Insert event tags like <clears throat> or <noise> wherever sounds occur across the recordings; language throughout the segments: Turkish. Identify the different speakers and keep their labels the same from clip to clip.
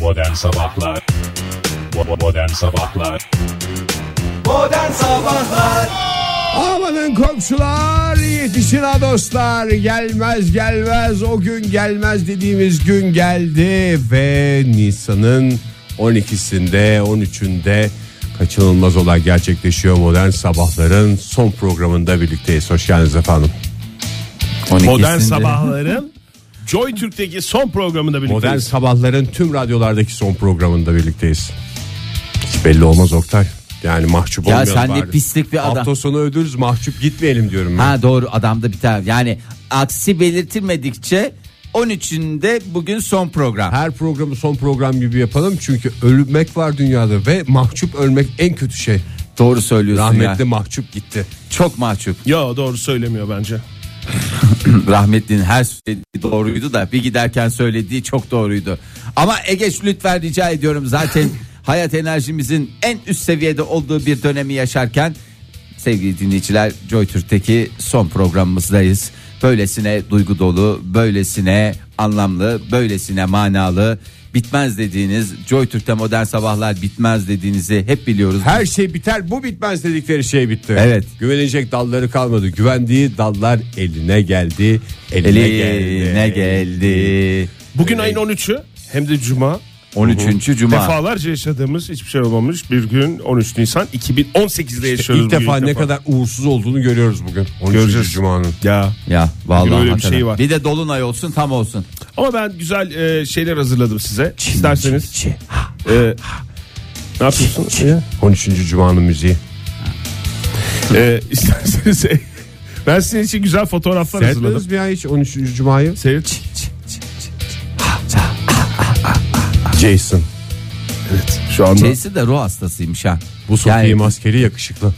Speaker 1: Modern Sabahlar Bo- Modern Sabahlar
Speaker 2: Modern Sabahlar
Speaker 3: Amanın komşular yetişin ha dostlar gelmez gelmez o gün gelmez dediğimiz gün geldi ve Nisan'ın 12'sinde 13'ünde kaçınılmaz olay gerçekleşiyor modern sabahların son programında birlikteyiz hoş geldiniz efendim.
Speaker 4: 12'sinde.
Speaker 5: Modern
Speaker 3: <laughs>
Speaker 5: Sabahların Joy Türk'teki son programında birlikteyiz.
Speaker 3: Modern sabahların tüm radyolardaki son programında birlikteyiz. Hiç belli olmaz Oktay. Yani mahcup
Speaker 4: Ya
Speaker 3: olmayalım
Speaker 4: sen de
Speaker 3: bari.
Speaker 4: pislik bir adam.
Speaker 3: Hafta sonu ödülüz mahcup gitmeyelim diyorum ben.
Speaker 4: Ha doğru adamda bir tane. Yani aksi belirtilmedikçe 13'ünde bugün son program.
Speaker 3: Her programı son program gibi yapalım çünkü ölmek var dünyada ve mahcup ölmek en kötü şey.
Speaker 4: Doğru söylüyorsun
Speaker 3: Rahmetli
Speaker 4: ya.
Speaker 3: mahcup gitti.
Speaker 4: Çok mahcup.
Speaker 5: Ya doğru söylemiyor bence.
Speaker 4: Rahmetli'nin her söylediği doğruydu da bir giderken söylediği çok doğruydu. Ama Egeç lütfen rica ediyorum zaten hayat enerjimizin en üst seviyede olduğu bir dönemi yaşarken sevgili dinleyiciler Joy Türk'teki son programımızdayız. Böylesine duygu dolu, böylesine anlamlı, böylesine manalı bitmez dediğiniz Joy Türk'te modern sabahlar bitmez dediğinizi hep biliyoruz.
Speaker 3: Her şey biter bu bitmez dedikleri şey bitti.
Speaker 4: Evet.
Speaker 3: Güvenecek dalları kalmadı. Güvendiği dallar eline geldi. Eline,
Speaker 4: Eline geldi.
Speaker 5: Bugün ayın 13'ü hem de Cuma.
Speaker 4: 13. Cuma.
Speaker 5: Defalarca yaşadığımız hiçbir şey olmamış bir gün 13 Nisan 2018'de
Speaker 3: İşte
Speaker 5: yaşıyoruz.
Speaker 3: ilk
Speaker 5: bugün
Speaker 3: defa ne kadar uğursuz olduğunu görüyoruz bugün. 13.
Speaker 5: Göreceğiz.
Speaker 3: Cuma'nın.
Speaker 5: Ya.
Speaker 4: Ya vallahi
Speaker 5: öyle bir
Speaker 4: hakikaten.
Speaker 5: şey var.
Speaker 4: Bir de dolunay olsun tam olsun.
Speaker 5: Ama ben güzel e, şeyler hazırladım size. İsterseniz.
Speaker 4: Çi.
Speaker 5: e, ne yapıyorsunuz?
Speaker 3: 13. Cuma'nın müziği.
Speaker 5: E, <laughs> isterseniz. ben sizin için güzel fotoğraflar hazırladım.
Speaker 3: Seyretmediniz mi ya hiç 13. Cuma'yı?
Speaker 5: Seyret.
Speaker 3: Jason.
Speaker 5: Şu anda.
Speaker 4: Şeysi de ruh hastasıymış ha.
Speaker 3: Bu Sofiye
Speaker 4: yani,
Speaker 3: maskeli yakışıklı.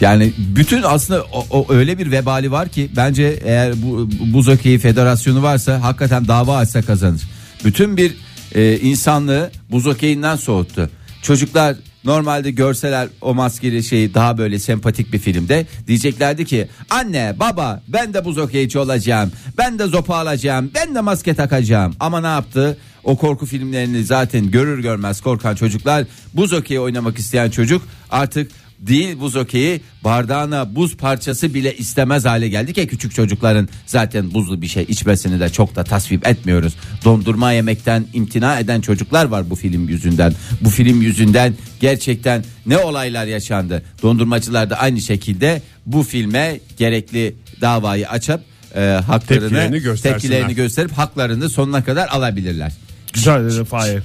Speaker 4: yani bütün aslında o, o öyle bir vebali var ki bence eğer bu bu buz hokeyi federasyonu varsa hakikaten dava açsa kazanır. Bütün bir e, insanlığı buz hokeyinden soğuttu. Çocuklar normalde görseler o maskeli şeyi daha böyle sempatik bir filmde diyeceklerdi ki anne baba ben de buz hokeyci olacağım. Ben de zopa alacağım. Ben de maske takacağım. Ama ne yaptı? O korku filmlerini zaten görür görmez korkan çocuklar buz hokeyi oynamak isteyen çocuk artık değil buz hokeyi bardağına buz parçası bile istemez hale geldi ki küçük çocukların zaten buzlu bir şey içmesini de çok da tasvip etmiyoruz. Dondurma yemekten imtina eden çocuklar var bu film yüzünden. Bu film yüzünden gerçekten ne olaylar yaşandı. Dondurmacılar da aynı şekilde bu filme gerekli davayı açıp e, haklarını
Speaker 3: Tepkilerini göstersinler.
Speaker 4: tepkilerini gösterip haklarını sonuna kadar alabilirler.
Speaker 5: Güzel dedi Fahir.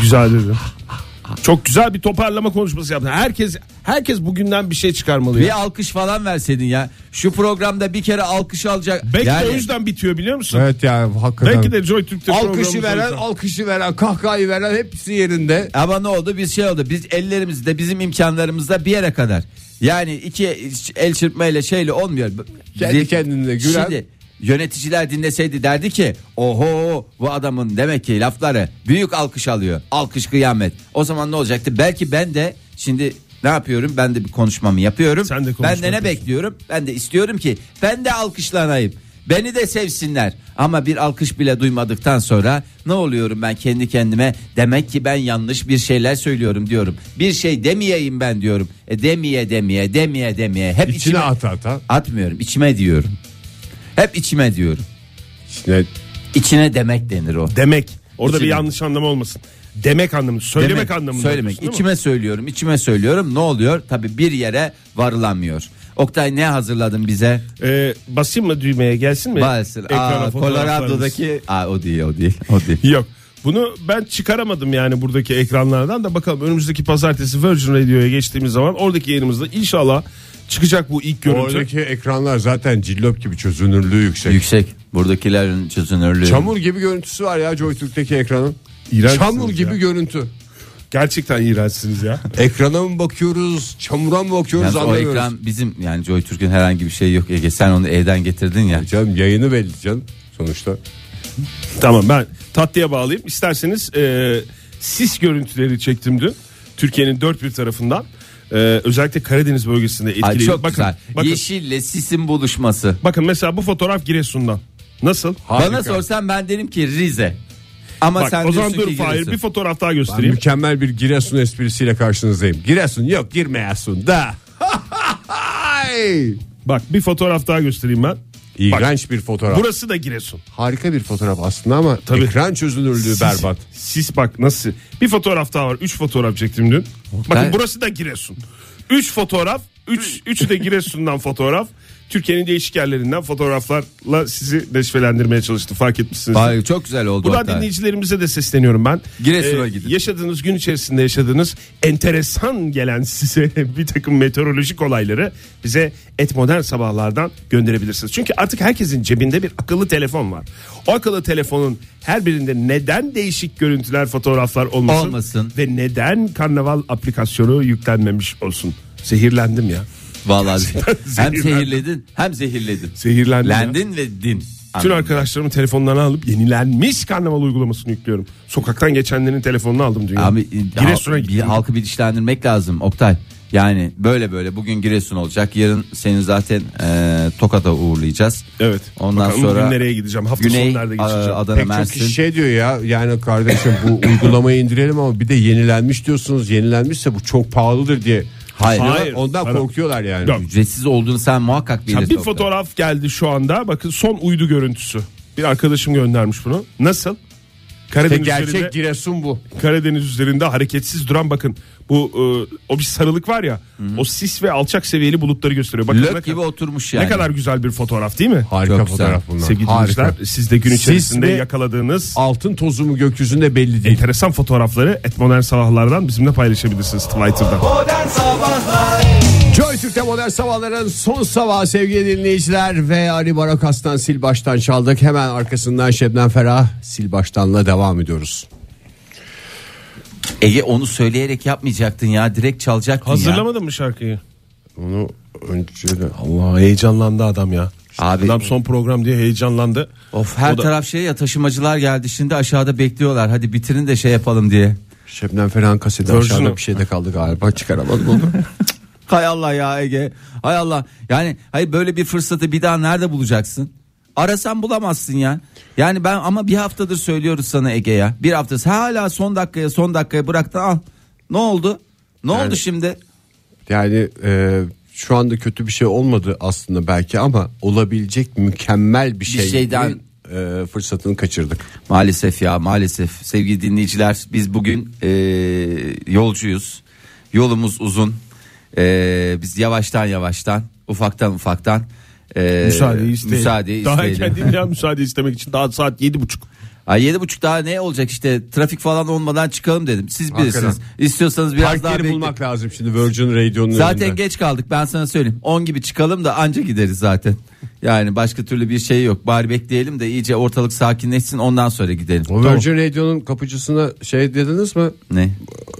Speaker 5: Güzel dedi. Çok güzel bir toparlama konuşması yaptın. Herkes herkes bugünden bir şey çıkarmalı. ya.
Speaker 4: Bir alkış falan verseydin ya. Şu programda bir kere alkış alacak.
Speaker 5: Belki
Speaker 4: Yani-
Speaker 5: de o yüzden bitiyor biliyor musun?
Speaker 3: Evet ya hakikaten.
Speaker 5: Belki de Joy Türk'te
Speaker 3: Alkışı
Speaker 5: programımız o
Speaker 3: veren,
Speaker 5: yüzden.
Speaker 3: alkışı veren, kahkahayı veren hepsi yerinde.
Speaker 4: Ama ne oldu? Biz şey oldu. Biz ellerimizde bizim imkanlarımızda bir yere kadar. Yani iki el çırpmayla şeyle olmuyor.
Speaker 3: Kendi
Speaker 4: Bir-
Speaker 3: kendine gülen-
Speaker 4: Şimdi yöneticiler dinleseydi derdi ki oho bu adamın demek ki lafları büyük alkış alıyor. Alkış kıyamet. O zaman ne olacaktı? Belki ben de şimdi ne yapıyorum? Ben de bir konuşmamı yapıyorum.
Speaker 5: Sen de konuşma
Speaker 4: ben de ne
Speaker 5: yapıyorsun.
Speaker 4: bekliyorum? Ben de istiyorum ki ben de alkışlanayım. Beni de sevsinler. Ama bir alkış bile duymadıktan sonra ne oluyorum ben kendi kendime? Demek ki ben yanlış bir şeyler söylüyorum diyorum. Bir şey demeyeyim ben diyorum. E demeye demeye demeye demeye hep
Speaker 3: İçine
Speaker 4: içime
Speaker 3: at at ha.
Speaker 4: atmıyorum. içime diyorum. Hep içime diyorum.
Speaker 3: İçine
Speaker 4: İçine demek denir o.
Speaker 5: Demek. Orada
Speaker 4: İçine.
Speaker 5: bir yanlış anlamı olmasın. Demek anlamı, söylemek anlamında.
Speaker 4: Söylemek.
Speaker 5: diyorsun, değil mi?
Speaker 4: İçime söylüyorum, içime söylüyorum. Ne oluyor? Tabii bir yere varılamıyor. Oktay ne hazırladın bize?
Speaker 5: Ee, basayım mı düğmeye gelsin mi?
Speaker 4: Maalesef.
Speaker 5: Ekrana
Speaker 4: Aa,
Speaker 5: fotoğraflarımız.
Speaker 4: Colorado'daki. Aa, o değil, o değil, o
Speaker 5: <laughs>
Speaker 4: değil.
Speaker 5: Yok. Bunu ben çıkaramadım yani buradaki ekranlardan da bakalım önümüzdeki pazartesi Virgin Radio'ya geçtiğimiz zaman oradaki yayınımızda inşallah çıkacak bu ilk görüntü.
Speaker 3: Oradaki ekranlar zaten cillop gibi çözünürlüğü yüksek.
Speaker 4: Yüksek. Buradakilerin çözünürlüğü.
Speaker 3: Çamur gibi görüntüsü var ya JoyTürk'teki ekranın.
Speaker 5: İğrençsiniz
Speaker 3: Çamur
Speaker 5: ya.
Speaker 3: gibi görüntü.
Speaker 5: Gerçekten iğrençsiniz ya.
Speaker 3: Ekrana mı bakıyoruz, çamura mı bakıyoruz
Speaker 4: Yalnız o
Speaker 3: anlamıyoruz.
Speaker 4: ekran bizim yani Joy Türk'ün herhangi bir şey yok Ege. Sen onu evden getirdin ya.
Speaker 3: Canım yayını belli canım sonuçta.
Speaker 5: Tamam ben tatlıya bağlayayım. İsterseniz e, sis görüntüleri çektim dün. Türkiye'nin dört bir tarafından. E, özellikle Karadeniz bölgesinde
Speaker 4: Ay,
Speaker 5: etkileyici.
Speaker 4: çok
Speaker 5: bakın,
Speaker 4: güzel.
Speaker 5: Bakın,
Speaker 4: Yeşille sisin buluşması.
Speaker 5: bakın mesela bu fotoğraf Giresun'dan. Nasıl?
Speaker 4: Bana sorsan ben derim ki Rize. Ama
Speaker 5: Bak,
Speaker 4: sen
Speaker 5: o zaman
Speaker 4: diyorsun
Speaker 5: dur
Speaker 4: ki
Speaker 5: Fahir
Speaker 4: Giresun.
Speaker 5: bir fotoğraf daha
Speaker 3: Ben
Speaker 5: göstereyim.
Speaker 3: mükemmel bir Giresun esprisiyle karşınızdayım. Giresun yok girmeyesun <laughs> da. Ay!
Speaker 5: Bak bir fotoğraf daha göstereyim ben.
Speaker 3: İğrenç bir fotoğraf.
Speaker 5: Burası da Giresun.
Speaker 3: Harika bir fotoğraf aslında ama
Speaker 5: Tabii.
Speaker 3: ekran çözünürlüğü berbat.
Speaker 5: Sis bak nasıl. Bir fotoğraf daha var. Üç fotoğraf çektim dün. Bakın burası da Giresun. Üç fotoğraf. Üç, üç de Giresun'dan fotoğraf. Türkiye'nin değişik yerlerinden fotoğraflarla sizi neşvelendirmeye çalıştı. Fark etmişsiniz.
Speaker 4: Vay, çok güzel oldu.
Speaker 5: Buradan
Speaker 4: hatta.
Speaker 5: dinleyicilerimize de sesleniyorum ben. Ee,
Speaker 4: Giresun'a gidin.
Speaker 5: Yaşadığınız gün içerisinde yaşadığınız enteresan gelen size <laughs> bir takım meteorolojik olayları bize et modern sabahlardan gönderebilirsiniz. Çünkü artık herkesin cebinde bir akıllı telefon var. O akıllı telefonun her birinde neden değişik görüntüler, fotoğraflar olmasın,
Speaker 4: Olmasın.
Speaker 5: ve neden karnaval aplikasyonu yüklenmemiş olsun. Zehirlendim ya.
Speaker 4: Vallahi hem
Speaker 5: zehirlendim.
Speaker 4: zehirledin hem zehirledin.
Speaker 5: Zehirlendim ya.
Speaker 4: Lendin ve din.
Speaker 5: Tüm
Speaker 4: Anladım.
Speaker 5: arkadaşlarımın telefonlarını alıp yenilenmiş karnaval uygulamasını yüklüyorum. Sokaktan geçenlerin telefonunu aldım dünya.
Speaker 4: Abi
Speaker 5: Giresun'a
Speaker 4: hal- bir-
Speaker 5: gittim.
Speaker 4: halkı bilinçlendirmek lazım Oktay. Yani böyle böyle bugün Giresun olacak. Yarın seni zaten e, Tokat'a uğurlayacağız.
Speaker 5: Evet.
Speaker 4: Ondan
Speaker 5: Bakalım
Speaker 4: sonra
Speaker 5: bugün nereye gideceğim? Hafta
Speaker 4: Güney
Speaker 5: sonu nerede
Speaker 4: e,
Speaker 5: geçeceğim?
Speaker 4: Adana
Speaker 3: Pek çok
Speaker 4: Mersin.
Speaker 3: kişi şey diyor ya yani kardeşim
Speaker 5: <laughs>
Speaker 3: bu uygulamayı indirelim ama bir de yenilenmiş diyorsunuz. Yenilenmişse bu çok pahalıdır diye.
Speaker 4: Hayır.
Speaker 3: düşünüyorlar.
Speaker 5: Hayır.
Speaker 3: Ondan
Speaker 5: Hayır.
Speaker 3: korkuyorlar yani.
Speaker 5: Yok.
Speaker 4: Ücretsiz olduğunu sen muhakkak
Speaker 5: Ya
Speaker 4: bilirsin.
Speaker 5: bir
Speaker 4: Oktay.
Speaker 5: fotoğraf geldi şu anda. Bakın son uydu görüntüsü. Bir arkadaşım göndermiş bunu. Nasıl?
Speaker 3: Ve
Speaker 5: Karadeniz üzerinde,
Speaker 3: gerçek Giresun bu.
Speaker 5: Karadeniz üzerinde hareketsiz duran bakın bu e, o bir sarılık var ya. O sis ve alçak seviyeli bulutları gösteriyor. Bakın ne,
Speaker 4: Lök gibi
Speaker 5: kadar-
Speaker 4: oturmuş
Speaker 5: ne
Speaker 4: yani.
Speaker 5: kadar güzel bir fotoğraf değil mi?
Speaker 3: Harika
Speaker 4: Çok güzel.
Speaker 3: fotoğraf bunlar.
Speaker 5: Sevgili
Speaker 3: Harika.
Speaker 5: dinleyiciler siz de gün
Speaker 3: Sis
Speaker 5: içerisinde
Speaker 3: ve-
Speaker 5: yakaladığınız
Speaker 3: Altın tozu mu gökyüzünde belli değil.
Speaker 5: enteresan fotoğrafları et modern sabahlardan bizimle paylaşabilirsiniz Twitter'dan.
Speaker 2: Modern Sabahlar
Speaker 3: Joy Türk'te modern sabahların son sabahı sevgili dinleyiciler ve Ali Barakas'tan sil baştan çaldık. Hemen arkasından Şebnem Ferah sil baştanla devam ediyoruz.
Speaker 4: Ege onu söyleyerek yapmayacaktın ya. Direkt çalacaktın ya.
Speaker 5: Hazırlamadın mı şarkıyı?
Speaker 3: Onu önce de
Speaker 5: Allah heyecanlandı adam ya.
Speaker 4: Abi-
Speaker 5: adam son program diye heyecanlandı.
Speaker 4: Of her
Speaker 5: O da-
Speaker 4: taraf şey ya taşımacılar geldi. Şimdi aşağıda bekliyorlar. Hadi bitirin de şey yapalım diye.
Speaker 3: Şebnem Ferah'ın kaseti
Speaker 5: Version'u.
Speaker 3: aşağıda bir şeyde kaldı galiba
Speaker 5: <laughs>
Speaker 3: çıkaramadım onu.
Speaker 4: Hay Allah ya Ege. Hay Allah. Yani hayır böyle bir fırsatı bir daha nerede bulacaksın? Arasan bulamazsın ya. Yani ben ama bir haftadır söylüyoruz sana Ege ya. Bir haftası hala son dakikaya son dakikaya bıraktın al. Ne oldu? Ne oldu şimdi?
Speaker 3: yani e, şu anda kötü bir şey olmadı aslında belki ama olabilecek mükemmel bir, şey
Speaker 4: şeyden-
Speaker 3: e, fırsatını kaçırdık.
Speaker 4: Maalesef ya maalesef sevgili dinleyiciler biz bugün e, yolcuyuz yolumuz uzun E, biz yavaştan yavaştan ufaktan ufaktan e,
Speaker 5: Müsaade isteyelim.
Speaker 4: müsaadeyi
Speaker 5: Daha
Speaker 4: isteyelim.
Speaker 5: erken değil <laughs> ya müsaade istemek için. Daha saat yedi buçuk.
Speaker 4: Ay yedi buçuk daha ne olacak işte trafik falan olmadan çıkalım dedim siz
Speaker 3: Hakikaten.
Speaker 4: bilirsiniz istiyorsanız biraz
Speaker 3: Park
Speaker 4: daha
Speaker 3: yeri
Speaker 4: bekle-
Speaker 3: bulmak lazım şimdi Virgin Radio'nun
Speaker 4: Zaten
Speaker 3: önünde.
Speaker 4: geç kaldık ben sana söyleyeyim. 10 gibi çıkalım da anca gideriz zaten. Yani başka türlü bir şey yok. Bari bekleyelim de iyice ortalık sakinleşsin ondan sonra gidelim.
Speaker 3: O Virgin Radio'nun kapıcısına şey dediniz mi?
Speaker 4: Ne?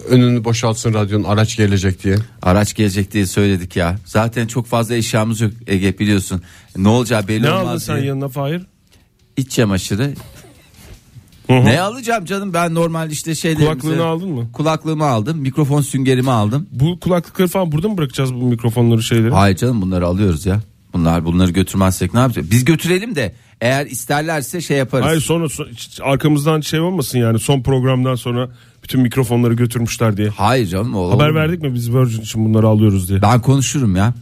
Speaker 3: önünü boşaltsın radyonun araç gelecek diye.
Speaker 4: Araç gelecek diye söyledik ya. Zaten çok fazla eşyamız yok Ege biliyorsun. Ne olacağı belli
Speaker 5: Ne
Speaker 4: olmaz.
Speaker 5: aldın sen
Speaker 4: diye.
Speaker 5: yanına Fahir?
Speaker 4: İç çamaşırı.
Speaker 5: hı.
Speaker 4: ne alacağım canım ben normal işte şeylerimizi.
Speaker 5: Kulaklığını aldın mı?
Speaker 4: Kulaklığımı aldım. Mikrofon süngerimi aldım.
Speaker 5: Bu kulaklıkları falan burada mı bırakacağız bu mikrofonları şeyleri?
Speaker 4: Hayır canım bunları alıyoruz ya. Bunlar bunları götürmezsek ne yapacağız? Biz götürelim de eğer isterlerse şey yaparız.
Speaker 5: Hayır sonra so- hiç arkamızdan şey olmasın yani son programdan sonra bütün mikrofonları götürmüşler diye.
Speaker 4: Hayır canım. o-
Speaker 5: Haber verdik mi biz Virgin için bunları alıyoruz diye.
Speaker 4: Ben konuşurum ya.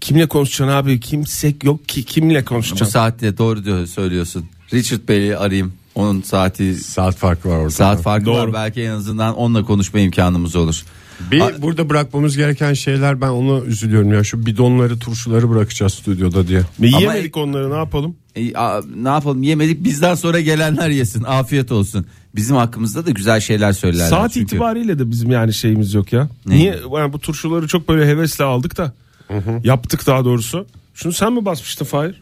Speaker 5: Kimle konuşacaksın abi? Kimse yok ki kimle
Speaker 4: Bu
Speaker 5: konuşacaksın?
Speaker 4: saatte doğru diyor söylüyorsun. Richard Bey'i arayayım. Onun saati
Speaker 3: Saat farkı var orada.
Speaker 4: saat farkı var.
Speaker 5: Doğru.
Speaker 4: Belki en azından onunla konuşma imkanımız olur.
Speaker 3: Bir burada bırakmamız gereken şeyler ben onu üzülüyorum ya şu bidonları turşuları bırakacağız stüdyoda diye.
Speaker 5: Ve
Speaker 4: Ama-
Speaker 5: Yiyemedik onları ne yapalım?
Speaker 4: E, a- ne yapalım yemedik bizden sonra gelenler yesin afiyet olsun. Bizim hakkımızda da güzel şeyler söylerler.
Speaker 5: Saat
Speaker 4: çünkü.
Speaker 5: itibariyle de bizim yani şeyimiz yok ya. Niye? Yani bu turşuları çok böyle hevesle aldık da. Yaptık daha doğrusu. Şunu sen mi basmıştın Fahir?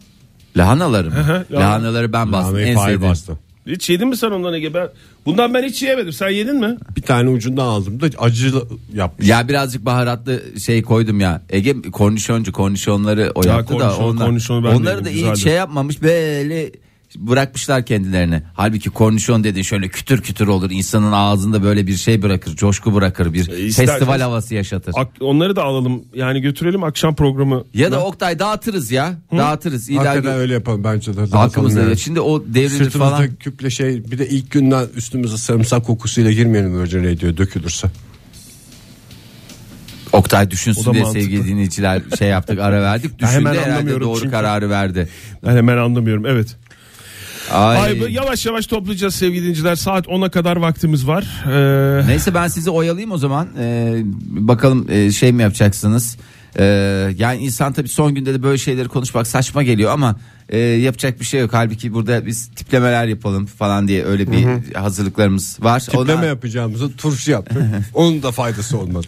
Speaker 4: Lahanaları
Speaker 5: Hı
Speaker 4: mı?
Speaker 5: hı, lahana.
Speaker 4: Lahanaları ben bastım
Speaker 3: Ahmet
Speaker 4: en
Speaker 3: Fahir
Speaker 4: sevdiğim.
Speaker 3: bastı.
Speaker 5: Hiç yedin mi sen ondan Ege? Ben, bundan ben hiç yemedim. Sen yedin mi?
Speaker 3: Bir tane ucundan aldım da acı yapmış.
Speaker 4: Ya birazcık baharatlı şey koydum ya. Ege kornişoncu kornişonları o yaptı da
Speaker 5: kornişon,
Speaker 4: onlar,
Speaker 5: kornişonu ben de
Speaker 4: onları
Speaker 5: yedim,
Speaker 4: da iyi
Speaker 5: güzeldi.
Speaker 4: şey yapmamış böyle bırakmışlar kendilerini. Halbuki kornişon dedi şöyle kütür kütür olur. İnsanın ağzında böyle bir şey bırakır, coşku bırakır, bir
Speaker 5: E, ister-
Speaker 4: festival havası yaşatır.
Speaker 5: Ak- onları da alalım yani götürelim akşam programı.
Speaker 4: ya da Oktay dağıtırız ya. Dağıtırız. İlla
Speaker 3: Hakikaten öyle yapalım bence de.
Speaker 4: hakkımızda. Şimdi o devrilir
Speaker 3: Sırtımızda
Speaker 4: falan.
Speaker 3: küple şey bir de ilk günden üstümüze sarımsak kokusuyla girmeyelim Virgin Radio dökülürse.
Speaker 4: Oktay
Speaker 5: O da
Speaker 4: düşünsün diye
Speaker 5: mantıklı.
Speaker 4: sevgili dinleyiciler şey yaptık ara verdik.
Speaker 5: <laughs> Ben hemen
Speaker 4: Düşündü herhalde
Speaker 5: anlamıyorum
Speaker 4: doğru
Speaker 5: çünkü.
Speaker 4: kararı verdi.
Speaker 5: Ben hemen anlamıyorum evet.
Speaker 4: Ay.
Speaker 5: Ay, bu- yavaş yavaş toplayacağız sevgili dinleyiciler saat 10'a kadar vaktimiz var. <laughs> Ee,
Speaker 4: Neyse ben sizi oyalayayım o zaman. Ee, bakalım e, şey mi yapacaksınız? Ee, yani insan tabii son günde de böyle şeyleri konuşmak saçma geliyor ama e, yapacak bir şey yok. Halbuki burada biz tiplemeler yapalım falan diye öyle bir hazırlıklarımız var.
Speaker 3: Tipleme
Speaker 4: Ona-
Speaker 3: yapacağımızı
Speaker 4: <laughs>
Speaker 3: turşu yaptık. Onun da faydası olmadı.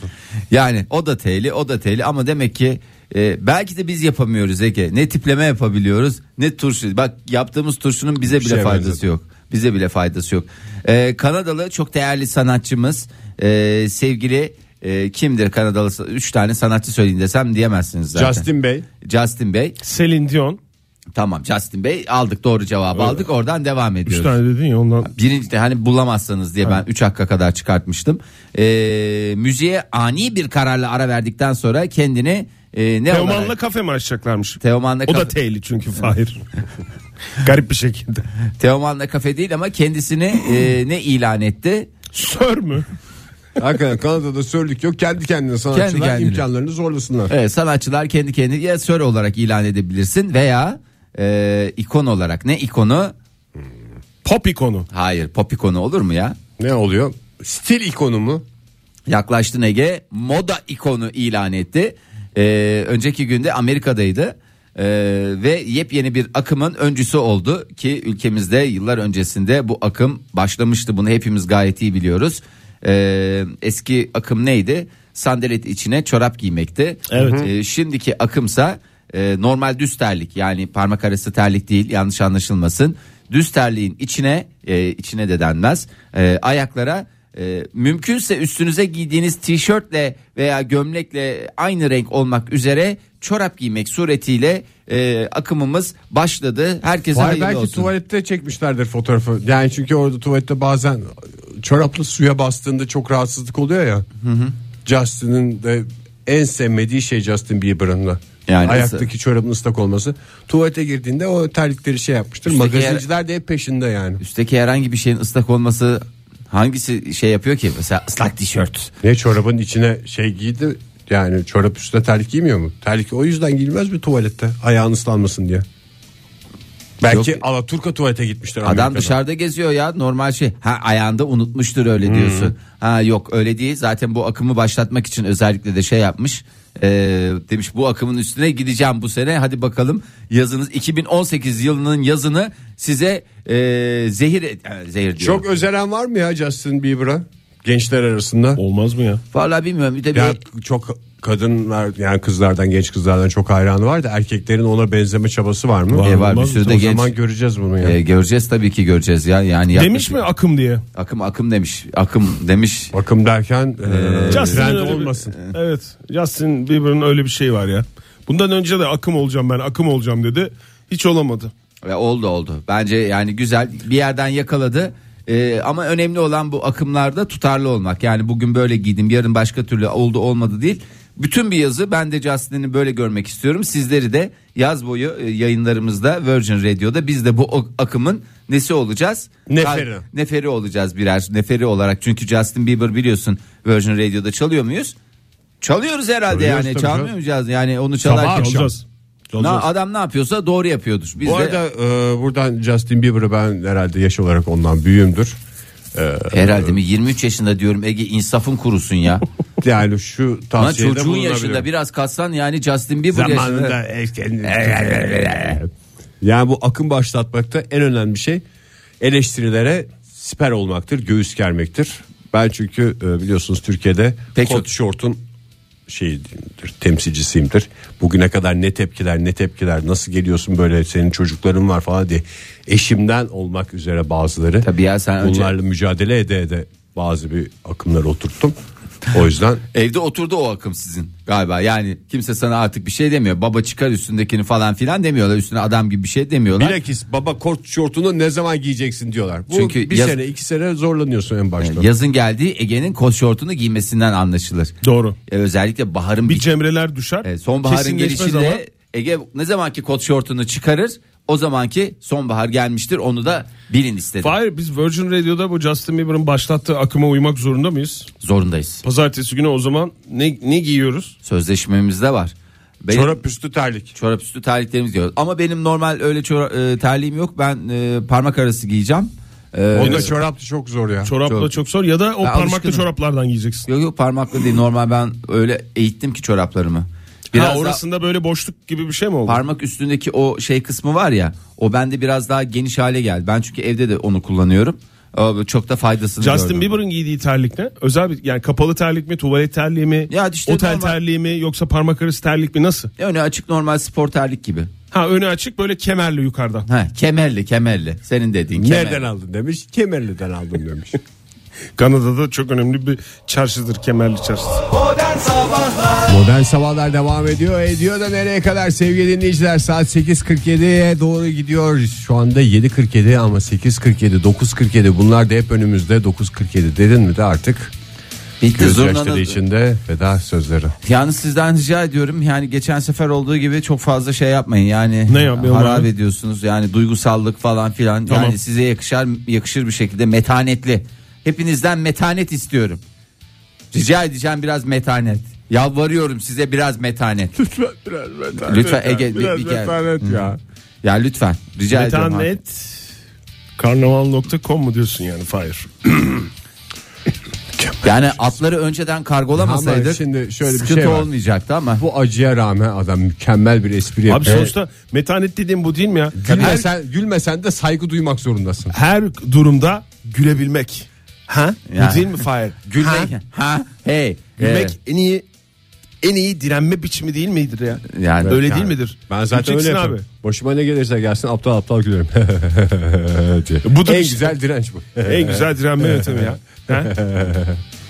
Speaker 4: yani o da tehli o da tehli ama demek ki e, belki de biz yapamıyoruz Ege. Ne tipleme yapabiliyoruz ne turşu. Bak yaptığımız turşunun bize bile
Speaker 3: şeye
Speaker 4: faydası
Speaker 3: benzedi.
Speaker 4: yok. Bize bile faydası yok. Ee, Kanadalı çok değerli sanatçımız e, sevgili e, kimdir Kanadalı? sa- Üç tane sanatçı söyleyin desem diyemezsiniz zaten.
Speaker 3: Justin Bey
Speaker 4: Justin Bey.
Speaker 5: Selin Dion.
Speaker 4: Tamam Justin Bey aldık doğru cevabı aldık oradan devam ediyoruz.
Speaker 5: 3 tane dedin ya ondan.
Speaker 4: Birinci de hani bulamazsanız diye ben 3 hakka kadar çıkartmıştım. Ee, müziğe ani bir kararla ara verdikten sonra kendini e, ne
Speaker 5: Teoman'la
Speaker 4: olarak-
Speaker 5: kafe mi açacaklarmış?
Speaker 4: Teoman'la
Speaker 5: O da
Speaker 4: kafe-
Speaker 5: tehli çünkü Fahir.
Speaker 4: <laughs>
Speaker 5: Garip bir şekilde.
Speaker 4: Teoman'la kafe değil ama kendisini
Speaker 5: <clears throat>
Speaker 4: e, ne ilan etti?
Speaker 5: Sör mü?
Speaker 3: Hakikaten Kanada'da sörlük yok. Kendi kendine sanatçılar
Speaker 4: Kendi kendine.
Speaker 3: imkanlarını zorlasınlar.
Speaker 4: Evet, E, sanatçılar kendi kendini ya sör olarak ilan edebilirsin veya e, ikon olarak ne ikonu?
Speaker 5: Pop ikonu.
Speaker 4: Hayır pop ikonu olur mu ya?
Speaker 3: Ne oluyor? Stil ikonu mu?
Speaker 4: yaklaştın Ege moda ikonu ilan etti. Ee, önceki günde Amerika'daydı. Ee, ve yepyeni bir akımın öncüsü oldu ki ülkemizde yıllar öncesinde bu akım başlamıştı bunu hepimiz gayet iyi biliyoruz. Ee, eski akım neydi? Sandalet içine çorap giymekti. Evet. şimdiki akımsa e, normal düz terlik yani parmak arası terlik değil yanlış anlaşılmasın. Düz terliğin içine e, içine de denmez e, ayaklara e, mümkünse üstünüze giydiğiniz tişörtle veya gömlekle aynı renk olmak üzere çorap giymek suretiyle e, akımımız başladı. Herkese
Speaker 3: Var
Speaker 4: hayırlı
Speaker 3: belki
Speaker 4: olsun.
Speaker 3: tuvalette çekmişlerdir fotoğrafı. Yani çünkü orada tuvalette bazen çoraplı suya bastığında çok rahatsızlık oluyor ya. Justin'in de en sevmediği şey Justin Bieber'ın da.
Speaker 4: Yani
Speaker 3: Ayaktaki çorabın ıslak olması. Tuvalete girdiğinde o terlikleri şey yapmıştır.
Speaker 4: Üstteki
Speaker 3: Magazinciler de hep peşinde yani.
Speaker 4: Üstteki herhangi bir şeyin ıslak olması hangisi şey yapıyor ki? Mesela ıslak tişört.
Speaker 3: Ne çorabın içine şey giydi yani çorap üstüne terlik giymiyor mu? Terlik o yüzden giyilmez mi tuvalette ayağın ıslanmasın diye. Belki
Speaker 4: Yok.
Speaker 3: Alaturka tuvalete gitmiştir
Speaker 4: Adam
Speaker 3: Amerika'da.
Speaker 4: dışarıda geziyor ya normal şey. Ha ayağında unutmuştur öyle diyorsun. Ha yok öyle değil. Zaten bu akımı başlatmak için özellikle de şey yapmış. Ee, demiş bu akımın üstüne gideceğim bu sene. Hadi bakalım yazınız 2018 yılının yazını size ee, zehir et- yani zehir diyorum.
Speaker 3: Çok özelen var mı ya Justin Bieber'a gençler arasında?
Speaker 5: Olmaz mı ya?
Speaker 4: Vallahi bilmiyorum. Bir de bir-
Speaker 3: Ya çok kadınlar yani kızlardan genç kızlardan çok hayranı var da erkeklerin ona benzeme çabası var mı?
Speaker 4: E, var, bir
Speaker 3: Olmaz.
Speaker 4: sürü de
Speaker 3: o
Speaker 4: genç-
Speaker 3: zaman göreceğiz bunu ya.
Speaker 4: Ee, göreceğiz tabii ki göreceğiz ya. Yani
Speaker 5: Demiş
Speaker 4: yaklaşık-
Speaker 5: mi akım diye?
Speaker 4: Akım akım demiş. Akım demiş.
Speaker 3: Bakım derken e,
Speaker 5: Justin'in
Speaker 3: trend
Speaker 5: öyle bir-
Speaker 3: olmasın.
Speaker 5: evet. Justin Bieber'ın öyle bir şey var ya. Bundan önce de akım olacağım ben akım olacağım dedi. Hiç olamadı.
Speaker 4: Ve oldu oldu. Bence yani güzel bir yerden yakaladı. Ee, ama önemli olan bu akımlarda tutarlı olmak. Yani bugün böyle giydim, yarın başka türlü oldu olmadı değil. Bütün bir yazı ben de Justin'i böyle görmek istiyorum. Sizleri de yaz boyu e, yayınlarımızda Virgin Radio'da biz de bu o- akımın nesi olacağız?
Speaker 3: Neferi.
Speaker 4: Kal- Neferi olacağız birer neferi olarak. Çünkü Justin Bieber biliyorsun Virgin Radio'da çalıyor muyuz? Çalıyoruz herhalde
Speaker 3: Çalıyoruz
Speaker 4: yani
Speaker 3: tabii
Speaker 4: çalmıyor
Speaker 3: canım.
Speaker 4: muyuz? Yani onu
Speaker 5: Sabah
Speaker 4: çalarken
Speaker 5: olacağız.
Speaker 4: Na- adam ne yapıyorsa doğru yapıyordur. Biz
Speaker 3: Bu
Speaker 4: de
Speaker 3: arada e, buradan Justin Bieber'ı ben herhalde yaş olarak ondan büyüğümdür. E,
Speaker 4: Herhalde mi 23 yaşında diyorum Ege insafın kurusun ya.
Speaker 5: <laughs>
Speaker 3: Yani şu
Speaker 4: Lan
Speaker 3: tavsiyede
Speaker 4: çocuğun yaşında
Speaker 3: bulunabilirim.
Speaker 4: biraz kassan yani Justin Bieber yaşında. <laughs>
Speaker 3: Yani bu akım başlatmakta en önemli şey eleştirilere siper olmaktır, göğüs germektir. Ben çünkü e, biliyorsunuz Türkiye'de
Speaker 4: Pek
Speaker 3: Pek
Speaker 4: çok-
Speaker 3: kot şortun şeydir, temsilcisiyimdir. Bugüne kadar ne tepkiler ne tepkiler nasıl geliyorsun böyle senin çocukların var falan diye. Eşimden olmak üzere bazıları.
Speaker 4: Tabii ya sen önce-
Speaker 3: Bunlarla mücadele ede ede bazı bir akımları oturttum. O yüzden
Speaker 4: Evde oturdu o akım sizin galiba. Yani kimse sana artık bir şey demiyor. Baba çıkar üstündekini falan filan demiyorlar. Üstüne adam gibi bir şey demiyorlar.
Speaker 3: bilakis baba kot şortunu ne zaman giyeceksin diyorlar. Bu
Speaker 4: Çünkü
Speaker 3: bir
Speaker 4: yaz-
Speaker 3: sene iki sene zorlanıyorsun en başta.
Speaker 4: Yazın geldiği Ege'nin kot şortunu giymesinden anlaşılır.
Speaker 5: Doğru.
Speaker 4: E, özellikle baharın
Speaker 5: Bir
Speaker 4: bit-
Speaker 5: cemreler düşer.
Speaker 4: e, sonbaharın
Speaker 5: kesinleşmez
Speaker 4: gelişiyle
Speaker 5: ama
Speaker 4: Ege ne zamanki kot şortunu çıkarır o zamanki sonbahar gelmiştir onu da bilin istedim.
Speaker 5: Fahir biz Virgin Radio'da bu Justin Bieber'ın başlattığı akıma uymak zorunda mıyız?
Speaker 4: Zorundayız.
Speaker 5: Pazartesi günü o zaman ne, ne giyiyoruz?
Speaker 4: Sözleşmemizde var. Benim-
Speaker 3: Çorap üstü terlik.
Speaker 4: Çorap üstü terliklerimiz diyor. Ama benim normal öyle çorap, e, terliğim yok. Ben e, parmak arası giyeceğim. E,
Speaker 3: Onda çorap da çok zor ya.
Speaker 5: Çorapla
Speaker 4: Çok.
Speaker 5: çok, zor ya da o
Speaker 4: Ben
Speaker 5: parmaklı
Speaker 4: alışkınım.
Speaker 5: çoraplardan giyeceksin.
Speaker 4: Yok yok parmakla değil normal ben öyle eğittim ki çoraplarımı. Biraz
Speaker 5: ha,
Speaker 4: daha
Speaker 5: orasında böyle boşluk gibi bir şey mi oldu?
Speaker 4: parmak üstündeki o şey kısmı var ya o bende biraz daha geniş hale geldi. Ben çünkü evde de onu kullanıyorum. Ee, Çok da faydasını
Speaker 5: Justin
Speaker 4: gördüm.
Speaker 5: Bieber'ın giydiği terlik ne? Özel bir yani kapalı terlik mi, tuvalet terliği mi,
Speaker 4: Ya işte
Speaker 5: otel
Speaker 4: normal-
Speaker 5: terliği mi yoksa parmak arası terlik mi nasıl?
Speaker 4: Yani E, açık normal spor terlik gibi.
Speaker 5: Ha önü açık böyle kemerli yukarıdan.
Speaker 4: Ha, kemerli kemerli senin dediğin kemerli.
Speaker 3: Nereden aldın demiş. Kemerli'den aldım
Speaker 4: <laughs>
Speaker 3: demiş.
Speaker 5: Kanada'da çok önemli bir çarşıdır kemerli çarşısı.
Speaker 2: Modern Sabahlar
Speaker 3: Modern sabahlar devam ediyor. Ediyor da nereye kadar sevgili dinleyiciler? Saat 8.47'ye doğru gidiyor. Şu anda 7.47 ama 8.47, 9.47 bunlar da hep önümüzde. 9.47 dedin mi de artık
Speaker 4: Bitti
Speaker 3: gözyaşları
Speaker 4: zurnanın.
Speaker 3: içinde veda sözleri.
Speaker 4: Yani sizden rica ediyorum yani geçen sefer olduğu gibi çok fazla şey yapmayın yani
Speaker 5: Ne yapmayalım
Speaker 4: harap
Speaker 5: abi?
Speaker 4: ediyorsunuz yani duygusallık falan filan
Speaker 5: Tamam.
Speaker 4: yani size yakışar yakışır bir şekilde metanetli hepinizden metanet istiyorum rica edeceğim biraz metanet yalvarıyorum size biraz metanet
Speaker 3: <laughs> Lütfen biraz metanet
Speaker 4: Lütfen Ege, bir- bir kere.
Speaker 3: ya.
Speaker 4: ya lütfen rica ediyorum abi.
Speaker 5: Metanet karnaval.com mu diyorsun yani Fahir?
Speaker 4: yani atları önceden kargolamasaydık
Speaker 3: Ama şimdi şöyle bir
Speaker 4: sıkıntı
Speaker 3: şey var.
Speaker 4: olmayacaktı ama
Speaker 3: Bu acıya rağmen adam mükemmel bir espri
Speaker 5: Abi
Speaker 3: yapıyor.
Speaker 5: sonuçta metanet dediğim bu değil mi ya? Her,
Speaker 3: Gülmesen, gülmesen de saygı duymak zorundasın.
Speaker 5: her durumda gülebilmek. Ha?
Speaker 4: Yani.
Speaker 5: Bu değil mi Fahir?
Speaker 4: gülmek ha, hey
Speaker 5: Gülmek
Speaker 4: Ee,
Speaker 5: en iyi en iyi direnme biçimi değil midir ya?
Speaker 4: yani
Speaker 5: Öyle
Speaker 3: Yani
Speaker 5: değil midir?
Speaker 3: Ben zaten öyle
Speaker 5: Güleceksin
Speaker 3: yaparım. Başıma ne gelirse gelsin aptal aptal gülerim. <laughs> diye.
Speaker 5: Bu da
Speaker 3: en
Speaker 5: işte.
Speaker 3: güzel direnç bu.
Speaker 5: En güzel direnme yöntemi ya. Ha?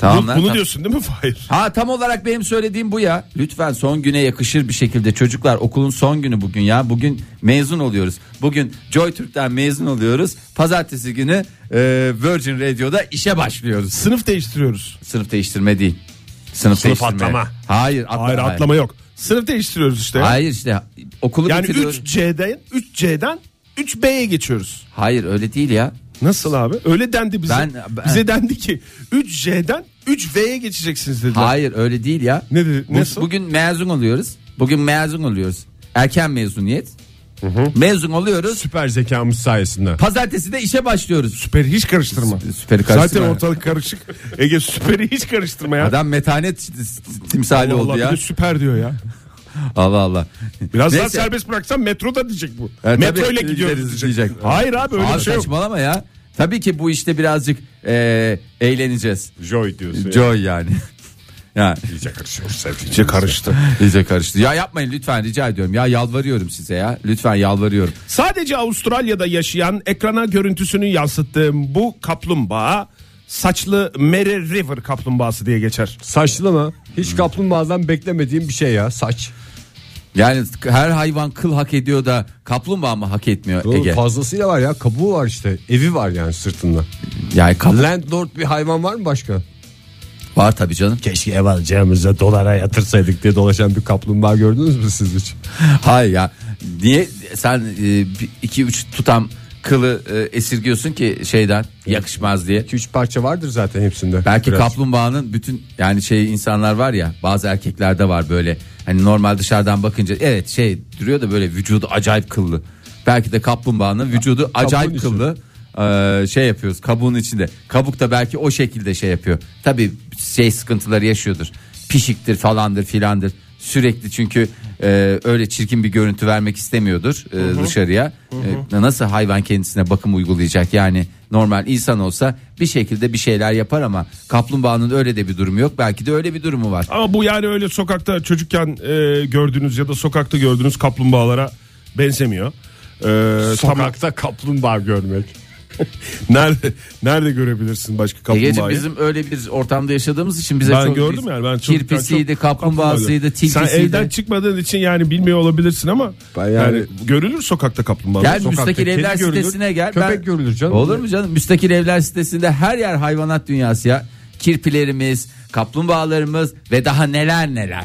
Speaker 4: tamam
Speaker 5: Bu- bunu
Speaker 4: lan, tamam.
Speaker 5: diyorsun değil mi Fahir?
Speaker 4: Ha tam olarak benim söylediğim bu ya. Lütfen son güne yakışır bir şekilde çocuklar okulun son günü bugün ya. Bugün mezun oluyoruz. Bugün Joy Türk'ten mezun oluyoruz. Pazartesi günü e, Virgin Radio'da işe başlıyoruz.
Speaker 5: Sınıf değiştiriyoruz.
Speaker 4: Sınıf değiştirme değil. Sınıf,
Speaker 5: Sınıf
Speaker 4: değiştirme.
Speaker 5: atlama.
Speaker 4: Hayır, atla-
Speaker 5: Hayır atlama yok. Sınıf değiştiriyoruz işte. ya.
Speaker 4: Hayır işte okulu
Speaker 5: Yani
Speaker 4: bitiriyoruz.
Speaker 5: 3C'den 3C'den 3B'ye geçiyoruz.
Speaker 4: Hayır öyle değil ya.
Speaker 5: Nasıl abi? Öyle dendi bize.
Speaker 4: Ben- ben-
Speaker 5: Bize dendi ki 3C'den 3V'ye geçeceksiniz dediler.
Speaker 4: Hayır öyle değil ya.
Speaker 5: Ne dedi?
Speaker 4: Bu-
Speaker 5: Nasıl?
Speaker 4: Bugün mezun oluyoruz. Bugün mezun oluyoruz. Erken mezuniyet. Mezun oluyoruz.
Speaker 3: Süper zekamız sayesinde.
Speaker 4: Pazartesi de işe başlıyoruz.
Speaker 5: Süperi hiç karıştırma.
Speaker 4: Süperi
Speaker 5: Zaten
Speaker 4: karıştırma.
Speaker 5: ortalık karışık. Ege süperi hiç karıştırma ya.
Speaker 4: Adam metanet timsali
Speaker 5: Allah
Speaker 4: oldu
Speaker 5: Allah,
Speaker 4: ya.
Speaker 5: Bir de süper diyor ya.
Speaker 4: Allah Allah.
Speaker 5: Biraz daha
Speaker 4: Neyse.
Speaker 5: serbest bıraksan metroda diyecek bu.
Speaker 4: Evet,
Speaker 5: Metro
Speaker 4: tabii,
Speaker 5: ile gidiyoruz
Speaker 4: gideriz
Speaker 5: diyecek.
Speaker 4: diyecek.
Speaker 5: Hayır abi öyle
Speaker 4: Abi
Speaker 5: bir şey yok.
Speaker 4: saçmalama ya. Tabii ki bu işte birazcık e, eğleneceğiz.
Speaker 5: Şey
Speaker 3: Joy diyorsun. ya.
Speaker 4: Joy yani. <laughs> ya
Speaker 3: İyice karışıyor, sevgili.
Speaker 5: İçe karıştı.
Speaker 4: iyice karıştı. Ya yapmayın lütfen rica ediyorum. Ya yalvarıyorum size ya. Lütfen yalvarıyorum.
Speaker 5: <laughs> Sadece Avustralya'da yaşayan ekrana görüntüsünü yansıttığım bu kaplumbağa saçlı Mary River kaplumbağası diye geçer.
Speaker 3: Saçlı mı? Hiç kaplumbağadan beklemediğim bir şey ya saç.
Speaker 4: Yani her hayvan kıl hak ediyor da kaplumbağa mı hak etmiyor
Speaker 3: Doğru,
Speaker 4: Ege?
Speaker 3: Fazlasıyla var ya kabuğu var işte evi var yani sırtında.
Speaker 4: Yani kap-
Speaker 3: Landlord bir hayvan var mı başka?
Speaker 4: var tabii canım.
Speaker 3: Keşke ev alacağımıza dolara yatırsaydık diye dolaşan bir kaplumbağa gördünüz mü siz hiç?
Speaker 4: Hayır ya. Niye sen e, 2 3 tutam kılı e, esirgiyorsun ki şeyden yakışmaz diye.
Speaker 3: 2-3 parça vardır zaten hepsinde.
Speaker 4: Belki
Speaker 3: Biraz.
Speaker 4: kaplumbağanın bütün yani şey insanlar var ya bazı erkeklerde var böyle hani normal dışarıdan bakınca evet şey duruyor da böyle vücudu acayip kıllı. Belki de kaplumbağanın vücudu acayip
Speaker 3: içi.
Speaker 4: kıllı. Ee, şey yapıyoruz kabuğun içinde. Kabuk da belki o şekilde şey yapıyor. Tabi şey sıkıntıları yaşıyordur. Pişiktir falandır filandır. Sürekli çünkü e, öyle çirkin bir görüntü vermek istemiyordur e, dışarıya. E, nasıl hayvan kendisine bakım uygulayacak yani normal insan olsa bir şekilde bir şeyler yapar ama kaplumbağanın öyle de bir durumu yok. Belki de öyle bir durumu var.
Speaker 5: Ama bu yani öyle sokakta çocukken e, gördüğünüz ya da sokakta gördüğünüz kaplumbağalara benzemiyor. E, tam-
Speaker 3: Sokakta kaplumbağa görmek.
Speaker 5: <laughs> nerede nerede görebilirsin başka
Speaker 4: Egeciğim
Speaker 5: kaplumbağayı?
Speaker 4: bizim öyle bir ortamda yaşadığımız için bize
Speaker 5: Ben
Speaker 4: çok
Speaker 5: gördüm yani ben çok
Speaker 4: kirpisiydi,
Speaker 5: Sen
Speaker 4: kaplumbağasıydı, tilkisiydi.
Speaker 5: evden çıkmadığın için yani bilmiyor olabilirsin ama
Speaker 3: Ben
Speaker 5: yani,
Speaker 3: yani-
Speaker 5: görülür sokakta kaplumbağa.
Speaker 4: Gel
Speaker 5: sokakta
Speaker 4: müstakil
Speaker 5: kedi
Speaker 4: evler
Speaker 5: görülür.
Speaker 4: sitesine gel.
Speaker 3: Köpek görülür canım.
Speaker 4: Olur mu canım? Müstakil evler sitesinde her yer hayvanat dünyası ya. Kirpilerimiz, kaplumbağalarımız ve daha neler neler.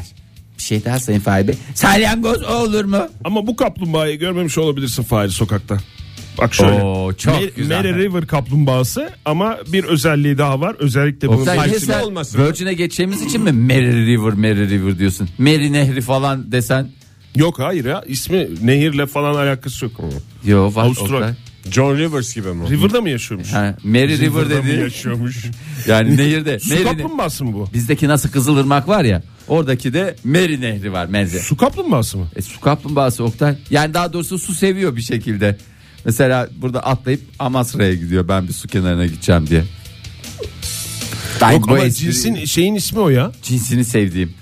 Speaker 4: Bir şey daha Sayın Fahri Bey. Salyangoz olur mu?
Speaker 5: Ama bu kaplumbağayı görmemiş olabilirsin Fahir sokakta. Bak şöyle.
Speaker 4: Oo, çok güzel.
Speaker 5: Mary River kaplumbağası ama bir özelliği daha var. Özellikle bunun
Speaker 4: Sen niye
Speaker 5: mevsimi
Speaker 4: sen
Speaker 5: olması.
Speaker 4: Virgin'e geçeceğimiz için mi Mary River Mary River diyorsun? Mary Nehri falan desen.
Speaker 5: Yok hayır ya ismi nehirle falan alakası yok.
Speaker 4: Yo var.
Speaker 5: Avustralya.
Speaker 3: John Rivers gibi mi?
Speaker 5: River'da mı yaşıyormuş?
Speaker 4: Ha, Mary River
Speaker 5: River'da mı
Speaker 4: dedi. <laughs>
Speaker 5: yaşıyormuş?
Speaker 4: Yani nehirde.
Speaker 5: Su
Speaker 4: Mary ne-
Speaker 5: kaplumbağası mı bu?
Speaker 4: Bizdeki nasıl Kızılırmak var ya. Oradaki de Mary Nehri var. Menze.
Speaker 5: Su kaplumbağası mı?
Speaker 4: E, su kaplumbağası Oktay. Yani daha doğrusu su seviyor bir şekilde. Mesela burada atlayıp Amasra'ya gidiyor ben bir su kenarına gideceğim diye. Ben
Speaker 5: Yok
Speaker 4: bu
Speaker 5: ama
Speaker 4: espri-
Speaker 5: cinsin şeyin ismi o ya.
Speaker 4: cinsini sevdiğim.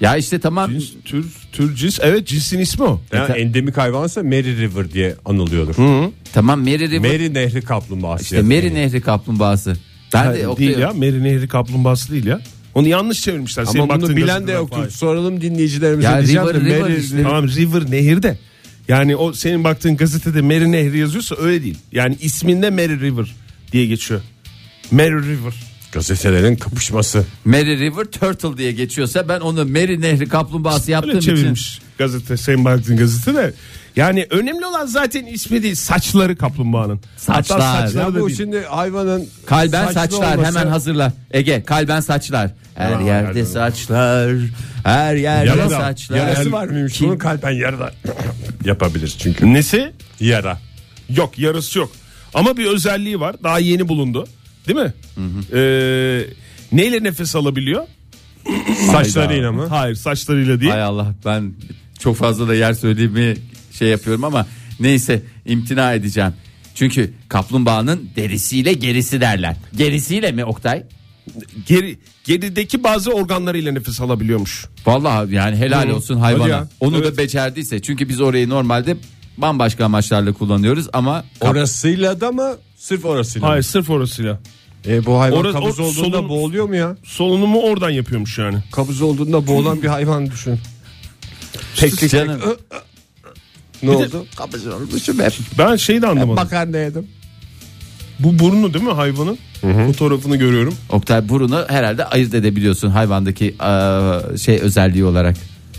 Speaker 4: Ya işte tamam
Speaker 5: Cins, tür, tür cins. Evet cinsin ismi o.
Speaker 3: Yani endemik hayvansa Mary River diye anılıyordur.
Speaker 4: tamam Mary River
Speaker 3: Mary Nehri kaplumbağası.
Speaker 4: işte Mary Nehri kaplumbağası. Ben de Oktay-
Speaker 5: değil ya. Meri Nehri kaplumbağası değil ya. Onu yanlış çevirmişler.
Speaker 3: Ama
Speaker 5: Senin
Speaker 3: bunu
Speaker 5: baktığın
Speaker 3: bilen de
Speaker 5: gazetede
Speaker 3: yoktur.
Speaker 5: var.
Speaker 3: Soralım dinleyicilerimize.
Speaker 4: Ya
Speaker 3: Diyeceğim
Speaker 4: River,
Speaker 3: de
Speaker 4: River
Speaker 3: Mary-
Speaker 4: işte.
Speaker 5: Tamam River nehirde. Yani o senin baktığın gazetede Meri Nehri yazıyorsa öyle değil. Yani isminde Meri River diye geçiyor. Meri River.
Speaker 3: Gazetelerin kapışması.
Speaker 4: Mary River Turtle diye geçiyorsa ben onu Mary Nehri kaplumbağası yaptığım
Speaker 5: Öyle
Speaker 4: için.
Speaker 5: çevirmiş gazete senin baktığın gazetede. Yani önemli olan zaten ismi değil saçları kaplumbağanın.
Speaker 4: Saçlar.
Speaker 5: Hatta saçları
Speaker 3: Ya
Speaker 5: da
Speaker 3: bu
Speaker 5: değil.
Speaker 3: şimdi hayvanın
Speaker 4: Kalben
Speaker 3: saçlı
Speaker 4: saçlar
Speaker 3: olması-
Speaker 4: hemen hazırla. Ege kalben saçlar. Her
Speaker 5: Aa,
Speaker 4: yerde
Speaker 5: nereden?
Speaker 4: saçlar. Her yerde
Speaker 5: Yarada-
Speaker 4: saçlar.
Speaker 3: Yarası var mıymış? Bunun kalben yarada <coughs> yapabilir çünkü.
Speaker 5: Nesi?
Speaker 3: Yara.
Speaker 5: Yok yarısı yok. Ama bir özelliği var. Daha yeni bulundu. Değil mi? Ee, neyle nefes <clears throat> alabiliyor?
Speaker 3: Saçlarıyla mı?
Speaker 5: Hayır saçlarıyla değil.
Speaker 4: Hay Allah ben çok fazla da yer söylediğimi şey yapıyorum ama neyse imtina edeceğim. Çünkü kaplumbağanın derisiyle gerisi derler. Gerisiyle mi Oktay?
Speaker 5: Geri, gerideki bazı organlarıyla nefes alabiliyormuş.
Speaker 4: Vallahi yani helal olsun hayvana.
Speaker 5: Hadi ya.
Speaker 4: Onu da
Speaker 5: Evet.
Speaker 4: becerdiyse. Çünkü biz orayı normalde bambaşka amaçlarla kullanıyoruz ama kap-
Speaker 3: Orasıyla da mı? Sırf orasıyla
Speaker 5: Hayır
Speaker 3: mı?
Speaker 5: sırf orasıyla.
Speaker 3: E, bu hayvan
Speaker 5: Orası-
Speaker 3: kabız
Speaker 5: or-
Speaker 3: olduğunda
Speaker 5: solun-
Speaker 3: boğuluyor mu ya?
Speaker 5: Solunumu oradan yapıyormuş yani.
Speaker 3: <coughs> Kabız olduğunda boğulan bir hayvan düşün.
Speaker 5: şey-
Speaker 4: Sus canım.
Speaker 3: <coughs> Ne oldu?
Speaker 5: Ben şeyi de anlamadım.
Speaker 3: Makarna yedim.
Speaker 5: E, Bu burnu değil mi hayvanın? Fotoğrafını görüyorum.
Speaker 4: Oktay burunu herhalde ayırt edebiliyorsun hayvandaki eee, şey özelliği olarak.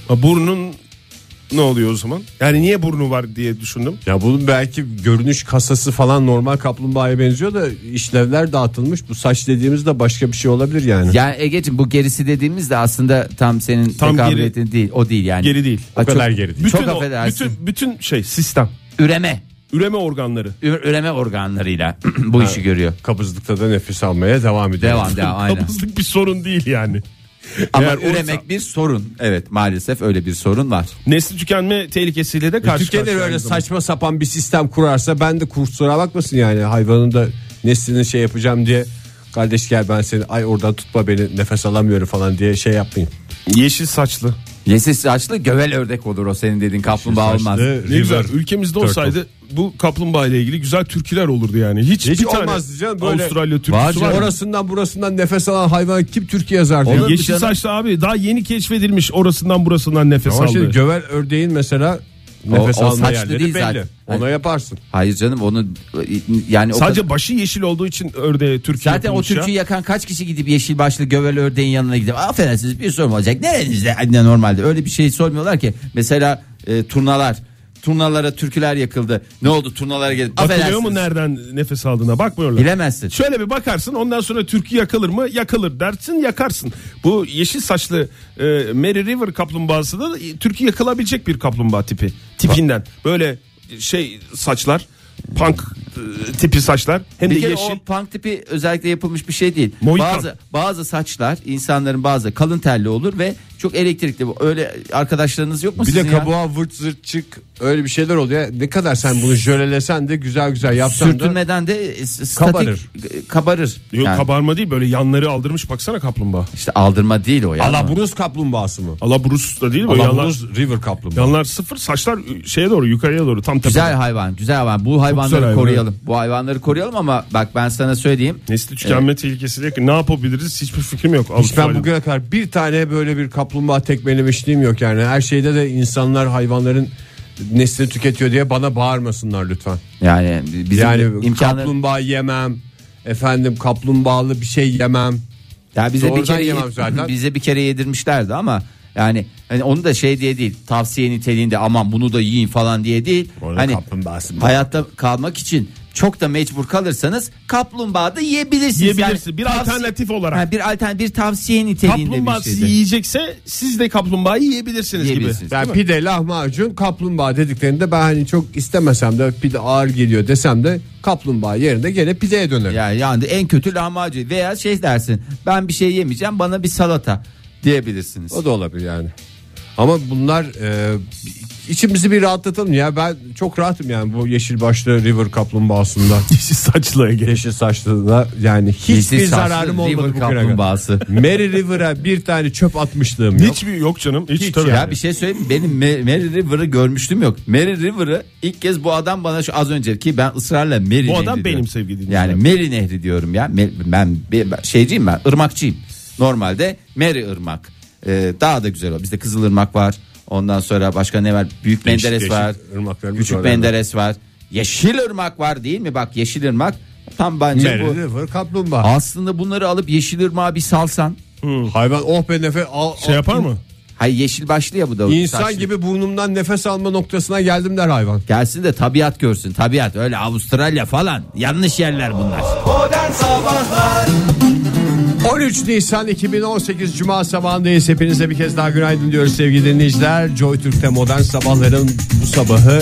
Speaker 5: Ha, burnun ne oluyor o zaman? Yani niye burnu var diye düşündüm.
Speaker 3: Ya bunun belki görünüş kasası falan normal kaplumbağaya benziyor da işlevler dağıtılmış. Bu saç dediğimiz de başka bir şey olabilir yani.
Speaker 4: Yani Ege'ciğim bu gerisi dediğimiz de aslında tam senin
Speaker 5: Tam
Speaker 4: tekabül
Speaker 5: geri-
Speaker 4: ettiğin değil. O değil yani.
Speaker 5: Geri değil.
Speaker 4: Ha, çok-
Speaker 3: kadar geri değil.
Speaker 5: Bütün,
Speaker 4: çok
Speaker 5: o-
Speaker 4: affedersin.
Speaker 5: bütün, bütün şey sistem.
Speaker 4: Üreme.
Speaker 5: Üreme organları.
Speaker 4: Ü- Üreme organlarıyla <clears throat> bu işi görüyor.
Speaker 3: Kabızlıkta da nefes almaya devam ediyor.
Speaker 4: Devam
Speaker 5: <laughs>
Speaker 4: devam aynen.
Speaker 5: Kabızlık bir sorun değil yani.
Speaker 4: <laughs> Ama
Speaker 5: Eğer olsa-
Speaker 4: üremek bir sorun. Evet maalesef öyle bir sorun var.
Speaker 5: Nesli tükenme tehlikesiyle de karşı
Speaker 3: Tükenir
Speaker 5: karşıyayız
Speaker 3: E, öyle
Speaker 5: o zaman.
Speaker 3: saçma sapan bir sistem kurarsa ben de kursura bakmasın yani hayvanın da neslini şey yapacağım diye kardeş gel ben seni ay oradan tutma beni nefes alamıyorum falan diye şey yapmayın.
Speaker 5: Yeşil saçlı.
Speaker 4: Yeşil saçlı gövel ördek olur o senin dediğin kaplumbağa
Speaker 3: Yeşil
Speaker 4: olmaz.
Speaker 3: saçlı-
Speaker 5: Ne
Speaker 3: River
Speaker 5: güzel. Ülkemizde
Speaker 3: Turtle.
Speaker 5: olsaydı bu kaplumbağa ile ilgili güzel türküler olurdu yani. Hiç,
Speaker 3: Hiç
Speaker 5: bir tane
Speaker 3: olmaz canım böyle.
Speaker 5: Avustralya türküsü
Speaker 4: Var
Speaker 5: var.
Speaker 4: canım.
Speaker 5: mı?
Speaker 3: Orasından burasından nefes alan hayvan kim Türkiye yazar diye.
Speaker 4: Olur mu
Speaker 5: Yeşil
Speaker 4: canım?
Speaker 5: saçlı abi daha yeni keşfedilmiş orasından burasından nefes
Speaker 3: Ama şey,
Speaker 5: aldı.
Speaker 3: şimdi gövel ördeğin mesela nefes
Speaker 4: o
Speaker 3: alma
Speaker 4: saçlı
Speaker 3: yerleri
Speaker 4: değil
Speaker 3: belli.
Speaker 4: zaten.
Speaker 3: Ona
Speaker 4: Hayır.
Speaker 3: yaparsın.
Speaker 4: Hayır canım onu yani o
Speaker 5: Sadece
Speaker 4: kadar-
Speaker 5: başı yeşil olduğu için ördeğe Türkiye
Speaker 4: Zaten o
Speaker 5: yapılmış ya.
Speaker 4: türküyü yakan kaç kişi gidip yeşil başlı gövel ördeğin yanına gidip affedersiniz bir sorun olacak. Nerenizde? Anne normalde öyle bir şey sormuyorlar ki. Mesela e, turnalar. Turnalara türküler yakıldı. Ne oldu turnalara gelip
Speaker 5: Bakılıyor
Speaker 4: affedersiniz.
Speaker 5: mu nereden nefes aldığına bakmıyorlar.
Speaker 4: Bilemezsin.
Speaker 5: Şöyle bir bakarsın ondan sonra türkü yakılır mı? Yakılır dersin yakarsın. Bu yeşil saçlı e, Mary River kaplumbağası da e, türkü yakılabilecek bir kaplumbağa tipi. Tipinden böyle şey saçlar punk e, tipi saçlar hem
Speaker 4: Bir
Speaker 5: de
Speaker 4: kere
Speaker 5: yeşil.
Speaker 4: o punk tipi özellikle yapılmış bir şey değil.
Speaker 5: Mohikan.
Speaker 4: Bazı bazı saçlar insanların bazı kalın telli olur ve çok elektrikli. Öyle arkadaşlarınız yok mu
Speaker 3: Bir
Speaker 4: sizin
Speaker 3: de
Speaker 4: ya?
Speaker 3: kabuğa vırt zırt çık öyle bir şeyler oluyor. Ne kadar sen bunu jölelesen de güzel güzel yapsan da
Speaker 4: Sürtünmeden de e, s- statik
Speaker 3: Kabarır.
Speaker 4: e, kabarır.
Speaker 5: Yok
Speaker 4: Yani
Speaker 5: kabarma değil böyle yanları aldırmış baksana kaplumbağa.
Speaker 4: işte aldırma değil o ya.
Speaker 3: Alaburuz kaplumbağası mı?
Speaker 5: Alabrus da değil mi? Yanlar,
Speaker 3: Alaburuz river kaplumbağa.
Speaker 5: yanlar sıfır saçlar e, şeye doğru yukarıya doğru tam tepede.
Speaker 4: Güzel hayvan, güzel hayvan. Bu hayvanları
Speaker 5: hayvan,
Speaker 4: koruyalım. koruyalım. Bu hayvanları koruyalım ama bak ben sana söyleyeyim.
Speaker 5: Nesli tükenme tehlikesi diye ne yapabiliriz hiçbir fikrim yok.
Speaker 3: Hiç ben
Speaker 5: Avustralya'da.
Speaker 3: bugüne kadar bir tane böyle bir kaplumbağa tekmelemişliğim yok yani. Her şeyde de insanlar hayvanların neslini tüketiyor diye bana bağırmasınlar lütfen.
Speaker 4: Yani bizim
Speaker 3: Yani
Speaker 4: imkanı
Speaker 3: kaplumbağa yemem. Efendim kaplumbağalı bir şey yemem.
Speaker 4: Ya bize bir
Speaker 3: Doğrudan
Speaker 4: kere
Speaker 3: yemem zaten.
Speaker 4: bize bir kere yedirmişlerdi ama yani hani onu da şey diye değil tavsiye niteliğinde aman bunu da yiyin falan diye değil.
Speaker 3: Orada
Speaker 4: hani
Speaker 3: kaplumbağası mı?
Speaker 4: hayatta kalmak için çok da mecbur kalırsanız kaplumbağa da yiyebilirsiniz.
Speaker 6: Yiyebilirsin.
Speaker 4: Yani
Speaker 6: bir
Speaker 4: tavsiye-
Speaker 6: alternatif olarak.
Speaker 4: Ha, bir alternatif bir tavsiye niteliğinde
Speaker 6: kaplumbağa
Speaker 4: bir
Speaker 6: sizi
Speaker 4: şeydi.
Speaker 6: yiyecekse siz de kaplumbağayı yiyebilirsiniz gibi.
Speaker 4: Yiyebilirsiniz.
Speaker 3: Yani pide lahmacun kaplumbağa dediklerinde ben hani çok istemesem de pide ağır geliyor desem de kaplumbağa yerine gene pideye dönerim.
Speaker 4: Ya yani en kötü lahmacun veya şey dersin ben bir şey yemeyeceğim bana bir salata diyebilirsiniz.
Speaker 3: O da olabilir yani. Ama bunlar e, içimizi bir rahatlatalım ya. Ben çok rahatım yani bu yeşil başlı
Speaker 4: <laughs>
Speaker 3: River kaplumbağasından.
Speaker 6: Yeşil saçlıya gel.
Speaker 3: yeşil saçlığına yani hiçbir
Speaker 4: Yeşil saçlı
Speaker 3: zararım
Speaker 4: river
Speaker 3: olmadı bugüne kadar.
Speaker 4: kaplumbağası.
Speaker 3: <laughs> Mary River'a bir tane çöp atmışlığım yok.
Speaker 5: Hiç mi yok canım? Hiç, tabii.
Speaker 4: Ya bir şey söyleyeyim mi? benim Ma- Mary River'ı görmüştüm yok. Mary River'ı ilk kez bu adam bana şu az önceki ben ısrarla Mary Nehri
Speaker 6: adam
Speaker 4: diyorum.
Speaker 6: benim sevgili dinleyiciler.
Speaker 4: Yani Mary Nehri diyorum ya. Me- Ben, ben, şeyciyim ben ırmakçıyım. Normalde Mary Irmak. Ee, daha da güzel o. Bizde Kızılırmak var. Ondan sonra başka ne var? Büyük Menderes
Speaker 3: değişik
Speaker 4: var.
Speaker 3: ırmaklarımız
Speaker 4: Küçük
Speaker 3: var,
Speaker 4: Menderes var. Yeşil ırmak var değil mi? Bak yeşil ırmak tam bence
Speaker 3: Mary
Speaker 4: bu.
Speaker 3: River kaplumbağa.
Speaker 4: Aslında bunları alıp yeşil ırmağa bir salsan.
Speaker 3: Hayvan oh be nefes al,
Speaker 5: Şey
Speaker 3: al-
Speaker 5: yapar mı?
Speaker 4: Hayır yeşil başlı ya bu da.
Speaker 3: İnsan
Speaker 4: saçlı.
Speaker 3: gibi burnumdan nefes alma noktasına geldim der hayvan.
Speaker 4: Gelsin de tabiat görsün. Tabiat öyle Avustralya falan. Yanlış yerler bunlar.
Speaker 2: Modern Sabahlar
Speaker 3: 13 Nisan 2018 Cuma sabahındayız. Hepinize bir kez daha günaydın diyoruz sevgili dinleyiciler. Joy Türk'te modern sabahların bu sabahı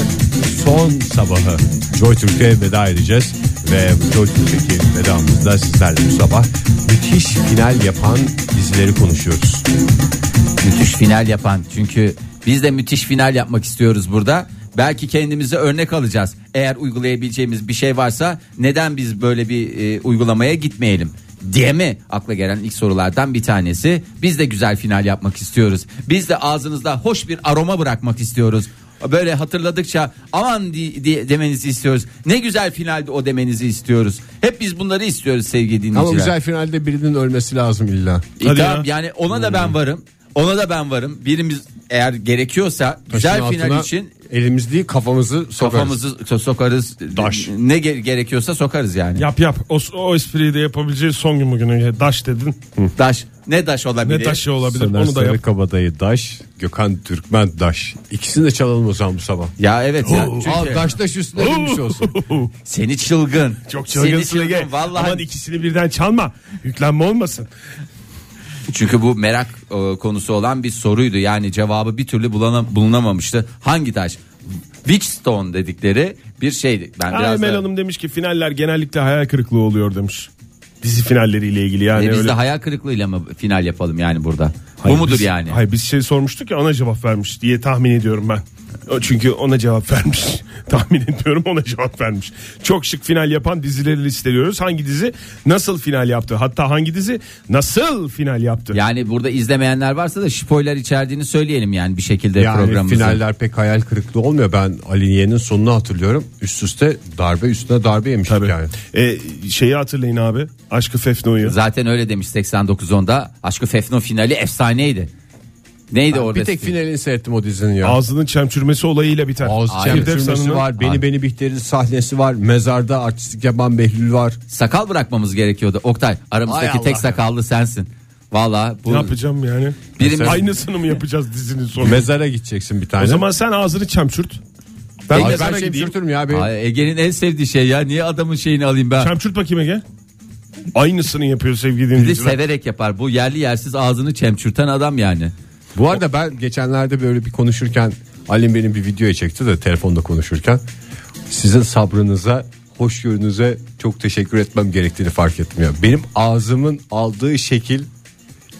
Speaker 3: son sabahı. Joy Türk'e veda edeceğiz. Ve Joy Türk'teki vedamızda sizlerle bu sabah müthiş final yapan dizileri konuşuyoruz.
Speaker 4: Müthiş final yapan. Çünkü biz de müthiş final yapmak istiyoruz burada. Belki kendimize örnek alacağız. Eğer uygulayabileceğimiz bir şey varsa neden biz böyle bir e, uygulamaya gitmeyelim? diye mi? Akla gelen ilk sorulardan bir tanesi. Biz de güzel final yapmak istiyoruz. Biz de ağzınızda hoş bir aroma bırakmak istiyoruz. Böyle hatırladıkça aman di- di- demenizi istiyoruz. Ne güzel finaldi o demenizi istiyoruz. Hep biz bunları istiyoruz sevgili dinleyiciler.
Speaker 3: Ama güzel finalde birinin ölmesi lazım illa.
Speaker 4: E,
Speaker 6: Hadi
Speaker 4: tamam,
Speaker 6: ya.
Speaker 4: yani ona da
Speaker 3: Hmm.
Speaker 4: ben varım. Ona da ben varım. Birimiz eğer gerekiyorsa güzel
Speaker 3: Taşın altına
Speaker 4: final için
Speaker 3: elimiz değil kafamızı sokarız.
Speaker 4: kafamızı so- sokarız.
Speaker 3: Taş.
Speaker 4: Ne ge- gerekiyorsa sokarız yani.
Speaker 6: Yap yap. O, o espriyi de yapabileceği son gün bugün. Daş dedin.
Speaker 4: Taş. Ne taş olabilir?
Speaker 6: Ne taşı olabilir
Speaker 3: Soner
Speaker 6: onu da yap.
Speaker 3: Sarıkabadayı Daş, Gökhan Türkmen Daş. İkisini de çalalım o zaman bu sabah.
Speaker 4: Ya evet ya. Çünkü
Speaker 3: Al Daş Daş üstüne binmiş şey
Speaker 6: <laughs>
Speaker 3: olsun.
Speaker 4: seni çılgın.
Speaker 6: Çok çılgınsın
Speaker 4: Seni
Speaker 6: Ege.
Speaker 4: çılgın. Vallahi.
Speaker 6: Aman ikisini birden çalma. Yüklenme olmasın.
Speaker 4: Çünkü bu merak e, konusu olan bir soruydu. Yani cevabı bir türlü bulana- bulunamamıştı. Hangi taş? Witchstone dedikleri bir şeydi. Ben biraz
Speaker 6: Emel
Speaker 4: da- e,
Speaker 6: Hanım demiş ki finaller genellikle hayal kırıklığı oluyor demiş. Dizi finalleriyle ilgili yani
Speaker 4: E, biz
Speaker 6: Hani öyle.
Speaker 4: de hayal kırıklığıyla mı final yapalım yani burada?
Speaker 6: Hayır,
Speaker 4: bu mudur
Speaker 6: biz-
Speaker 4: yani?
Speaker 6: Hayır biz şey sormuştuk ya ona cevap vermiş diye tahmin ediyorum ben. O Çünkü ona cevap vermiş. <laughs> tahmin ediyorum ona cevap vermiş. Çok şık final yapan dizileri listeliyoruz. Hangi dizi nasıl final yaptı? Hatta hangi dizi nasıl final yaptı?
Speaker 4: Yani burada izlemeyenler varsa da spoiler içerdiğini söyleyelim yani bir şekilde
Speaker 3: Yani
Speaker 4: programımızı.
Speaker 3: finaller pek hayal kırıklığı olmuyor. Ben Ali Niye'nin sonunu hatırlıyorum. Üst üste darbe üstüne darbe yemiştik yani.
Speaker 6: E, şeyi hatırlayın abi. Aşkı Fefno'yu.
Speaker 4: Zaten öyle demiş 89-10'da Aşkı Fefno finali efsaneydi. Neydi orada?
Speaker 3: Bir tek
Speaker 4: sizin?
Speaker 3: finalini seyrettim o dizinin ya.
Speaker 6: Ağzının çemçürmesi olayıyla biter.
Speaker 3: Ağız
Speaker 6: Firdevs
Speaker 3: çemkirmesi
Speaker 6: Hanım'ın-
Speaker 3: var. Beni Beni Bihter'in sahnesi var. Mezarda artistik yapan Behlül var.
Speaker 4: Sakal bırakmamız gerekiyordu. Oktay aramızdaki
Speaker 3: Hay
Speaker 4: tek
Speaker 3: Allah.
Speaker 4: sakallı sensin. Valla bu
Speaker 6: Ne yapacağım yani?
Speaker 4: Birimiz-
Speaker 6: Aynısını mı yapacağız dizinin sonunda?
Speaker 3: Mezara gideceksin bir tane.
Speaker 6: O zaman sen ağzını çemçürt. Ben
Speaker 3: Ay, ben
Speaker 6: mezara
Speaker 3: şey
Speaker 6: gideyim.
Speaker 3: sürtürüm ya. Benim.
Speaker 4: Ay, Ege'nin en sevdiği şey ya. Niye adamın şeyini alayım ben?
Speaker 6: Çemçürt bakayım Ege. Aynısını yapıyor sevgili
Speaker 4: Bir de
Speaker 6: dinleyiciler.
Speaker 4: severek yapar. Bu yerli yersiz ağzını çemçürten adam yani.
Speaker 3: Bu arada ben geçenlerde böyle bir konuşurken Alim benim bir videoya çekti de telefonda konuşurken sizin sabrınıza hoşgörünüze çok teşekkür etmem gerektiğini fark ettim ya. Benim ağzımın aldığı şekil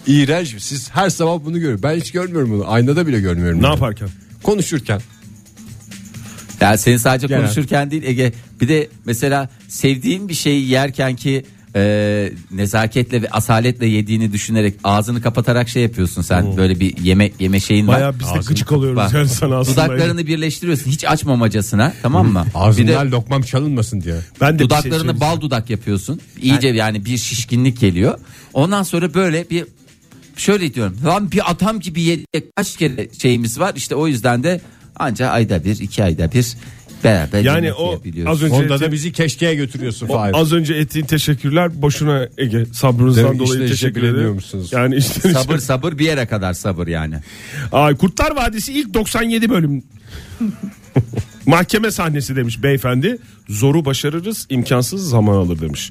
Speaker 3: iğrenç. Siz her sabah bunu görüyorsunuz. Ben hiç görmüyorum bunu. Aynada bile görmüyorum.
Speaker 6: Ne
Speaker 3: yani.
Speaker 6: yaparken?
Speaker 3: Konuşurken.
Speaker 4: Yani seni sadece konuşurken değil Ege. Bir de mesela sevdiğin bir şeyi yerken ki e, nezaketle ve asaletle yediğini düşünerek ağzını kapatarak şey yapıyorsun sen. Böyle bir yeme yeme şeyin var.
Speaker 5: Bayağı biz de
Speaker 4: Ağzını-
Speaker 5: gıcık oluyoruz
Speaker 4: Bak,
Speaker 5: yani sana aslında.
Speaker 4: Dudaklarını birleştiriyorsun hiç açmamacasına tamam mı? bir de
Speaker 3: Ağzından lokmam çalınmasın diye.
Speaker 5: Ben de bir şey
Speaker 4: dudaklarını
Speaker 5: söyleyeyim.
Speaker 4: bal dudak yapıyorsun. İyice yani bir şişkinlik geliyor. Ondan sonra böyle bir şöyle diyorum. Lan bir atam gibi yedik kaç kere şeyimiz var. İşte o yüzden de anca ayda bir iki ayda bir beraber
Speaker 5: Yani
Speaker 4: yemek
Speaker 5: o
Speaker 4: yiyebiliyoruz.
Speaker 5: az önce
Speaker 3: Onda da
Speaker 5: ettiğin-
Speaker 3: bizi keşkeye götürüyorsun
Speaker 5: o
Speaker 3: Fahir.
Speaker 5: az önce ettiğin teşekkürler boşuna Ege
Speaker 3: Değil
Speaker 5: sabrınızdan
Speaker 3: mi?
Speaker 5: dolayı
Speaker 3: İşte işe
Speaker 5: teşekkür ederim.
Speaker 3: bilemiyormuşsunuz.
Speaker 5: Yani işte
Speaker 4: Sabır sabır bir yere kadar sabır yani.
Speaker 5: Ay Kurtlar Vadisi ilk 97 bölüm. <laughs> Mahkeme sahnesi demiş beyefendi. Zoru başarırız, imkansız zaman alır demiş.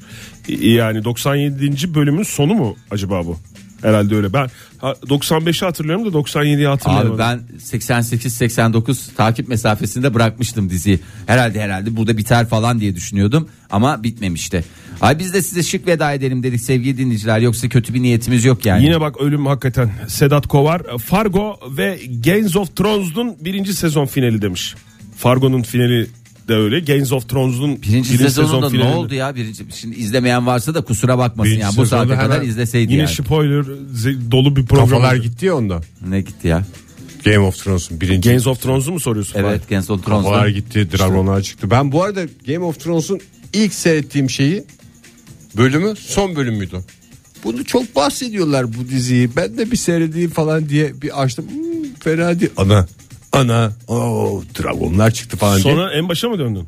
Speaker 5: E, Yani 97. bölümün sonu mu acaba bu? Herhalde öyle. Ben ha, 95'i hatırlıyorum da 97'yi hatırlamıyorum.
Speaker 4: Abi ben 88-89 takip mesafesinde bırakmıştım diziyi. Herhalde herhalde burada biter falan diye düşünüyordum ama bitmemişti. Ay biz de size şık veda edelim dedik sevgili dinleyiciler yoksa kötü bir niyetimiz yok yani.
Speaker 5: Yine bak ölüm hakikaten Sedat Kovar Fargo ve Games of Thrones'un birinci sezon finali demiş. Fargo'nun finali de öyle. Games of Thrones'un
Speaker 4: Birinci, sezonunda
Speaker 5: finali
Speaker 4: ne
Speaker 5: de.
Speaker 4: oldu ya? Birinci, şimdi izlemeyen varsa da kusura bakmasın
Speaker 3: Birinci
Speaker 4: ya. Bu saate
Speaker 3: sezonda
Speaker 4: kadar
Speaker 3: hemen
Speaker 4: izleseydi
Speaker 5: Yine
Speaker 4: yani.
Speaker 5: spoiler ze- dolu bir program.
Speaker 3: Kafalar gitti ya onda.
Speaker 4: Ne gitti ya?
Speaker 3: Game of Thrones'un birinci.
Speaker 5: Games of Thrones'u mu soruyorsun?
Speaker 4: Evet Games of Thrones'da.
Speaker 3: Kafalar gitti, dragonlar çıktı. Ben bu arada Game of Thrones'un ilk seyrettiğim şeyi bölümü son bölüm müydü? Bunu çok bahsediyorlar bu diziyi. Ben de bir seyredeyim falan diye bir açtım. Hmm, fena değil. Ana, ana, o dragonlar çıktı falan
Speaker 5: Sonra en başa mı döndün?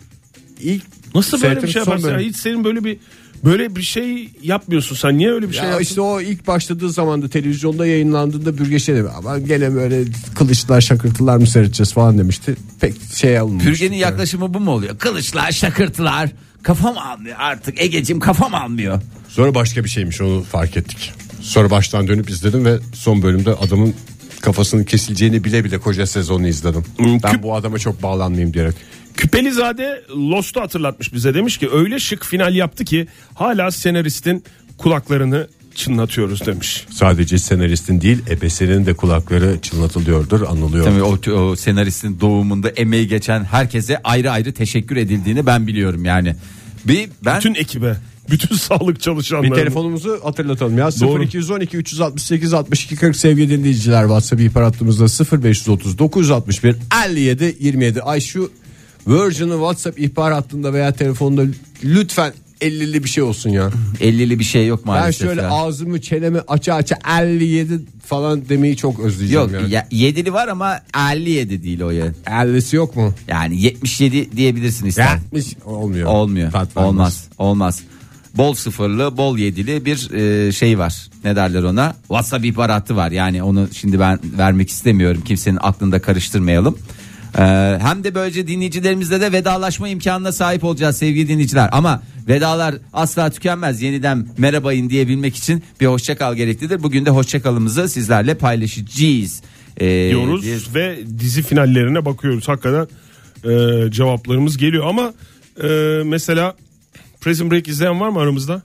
Speaker 3: diye. İlk
Speaker 5: Nasıl böyle bir
Speaker 3: seyrettiğim
Speaker 5: şey
Speaker 3: son
Speaker 5: yaparsın? ya?
Speaker 3: bölüm.
Speaker 5: Hiç senin böyle bir böyle bir şey yapmıyorsun sen. Niye öyle bir şey
Speaker 3: Ya
Speaker 5: yaptın?
Speaker 3: işte o ilk başladığı zaman da televizyonda yayınlandığında bürgeçte de ama gene böyle kılıçlar şakırtılar mı seyredeceğiz falan demişti. Pek şey alınmış.
Speaker 4: Pürgenin yaklaşımı bu mu oluyor? Kılıçlar, şakırtılar. Kafam almıyor artık. Egeciğim kafam almıyor.
Speaker 3: Sonra başka bir şeymiş onu fark ettik. Sonra baştan dönüp izledim ve son bölümde adamın kafasının kesileceğini bile bile koca sezonu izledim. Ben bu adama çok bağlanmayayım diyerek.
Speaker 5: Küpelizade Lost'u hatırlatmış bize demiş ki öyle şık final yaptı ki hala senaristin kulaklarını çınlatıyoruz demiş.
Speaker 3: Sadece senaristin değil ebesinin de kulakları çınlatılıyordur anılıyor.
Speaker 4: Tabii o, o senaristin doğumunda emeği geçen herkese ayrı ayrı teşekkür edildiğini ben biliyorum yani. Bir ben
Speaker 5: Bütün ekibe, bütün <laughs> sağlık çalışanlarına.
Speaker 3: Bir telefonumuzu hatırlatalım ya.
Speaker 5: Doğru.
Speaker 3: 0212 368 62 40 sevgili dinleyiciler WhatsApp ihbar hattımızda 0530 961 57 27. Ay şu Virgin'ın WhatsApp ihbar hattında veya telefonda lütfen 50'li bir şey olsun ya.
Speaker 4: 50'li bir şey yok
Speaker 3: Ben
Speaker 4: maalesef.
Speaker 3: şöyle
Speaker 4: ya.
Speaker 3: ağzımı çenemi aça aça 57 falan demeyi çok özleyeceğim.
Speaker 4: Yok
Speaker 3: yani.
Speaker 4: ya, 7'li var ama 57 değil o ya.
Speaker 3: 50'si yok mu?
Speaker 4: Yani 77 diyebilirsin istersen.
Speaker 3: Hiç olmuyor.
Speaker 4: Olmuyor.
Speaker 3: Tat vermez.
Speaker 4: olmaz. Olmaz. Bol sıfırlı, bol yedili bir e, şey var. Ne derler ona? WhatsApp ihbaratı var. Yani onu şimdi ben vermek istemiyorum. Kimsenin aklında karıştırmayalım. E, hem de böylece dinleyicilerimizle de vedalaşma imkanına sahip olacağız sevgili dinleyiciler. Ama vedalar asla tükenmez. Yeniden merhabayın diyebilmek için bir hoşçakal gereklidir. Bugün de hoşçakalımızı sizlerle paylaşacağız. E,
Speaker 5: diyoruz
Speaker 4: bir-
Speaker 5: ve dizi finallerine bakıyoruz. Hakikaten e, cevaplarımız geliyor ama e, mesela Prison Break izleyen var mı aramızda?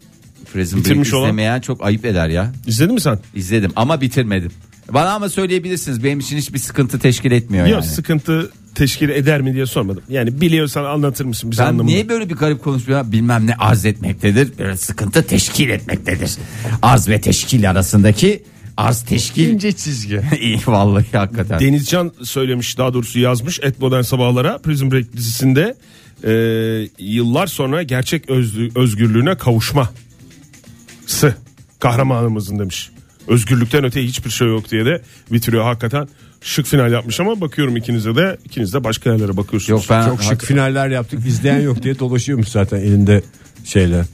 Speaker 4: Prison Break
Speaker 5: bitirmiş olan-
Speaker 4: izlemeyen çok ayıp eder ya.
Speaker 5: İzledin mi sen?
Speaker 4: İzledim ama bitirmedim. Bana ama söyleyebilirsiniz. Benim için hiçbir sıkıntı teşkil etmiyor
Speaker 5: Yok
Speaker 4: yani.
Speaker 5: sıkıntı teşkil eder mi diye sormadım. Yani biliyorsan anlatır mısın bize
Speaker 4: ben
Speaker 5: anlamında?
Speaker 4: niye böyle bir garip konuşuyorum? Bilmem ne arz etmektedir. Böyle sıkıntı teşkil etmektedir. Arz ve teşkil arasındaki arz teşkil. <laughs>
Speaker 3: İnce çizgi.
Speaker 4: İyi vallahi hakikaten.
Speaker 5: Denizcan söylemiş daha doğrusu yazmış Et Modern Sabahlara Prison Break dizisinde e, yıllar sonra gerçek özlü, özgürlüğüne kavuşması kahramanımızın demiş. Özgürlükten öte hiçbir şey yok diye de bitiriyor hakikaten. Şık final yapmış ama bakıyorum ikinize de ikiniz de başka yerlere bakıyorsunuz.
Speaker 4: Yok ben
Speaker 3: Çok şık finaller yaptık. İzleyen yok diye dolaşıyormuş zaten elinde şeyle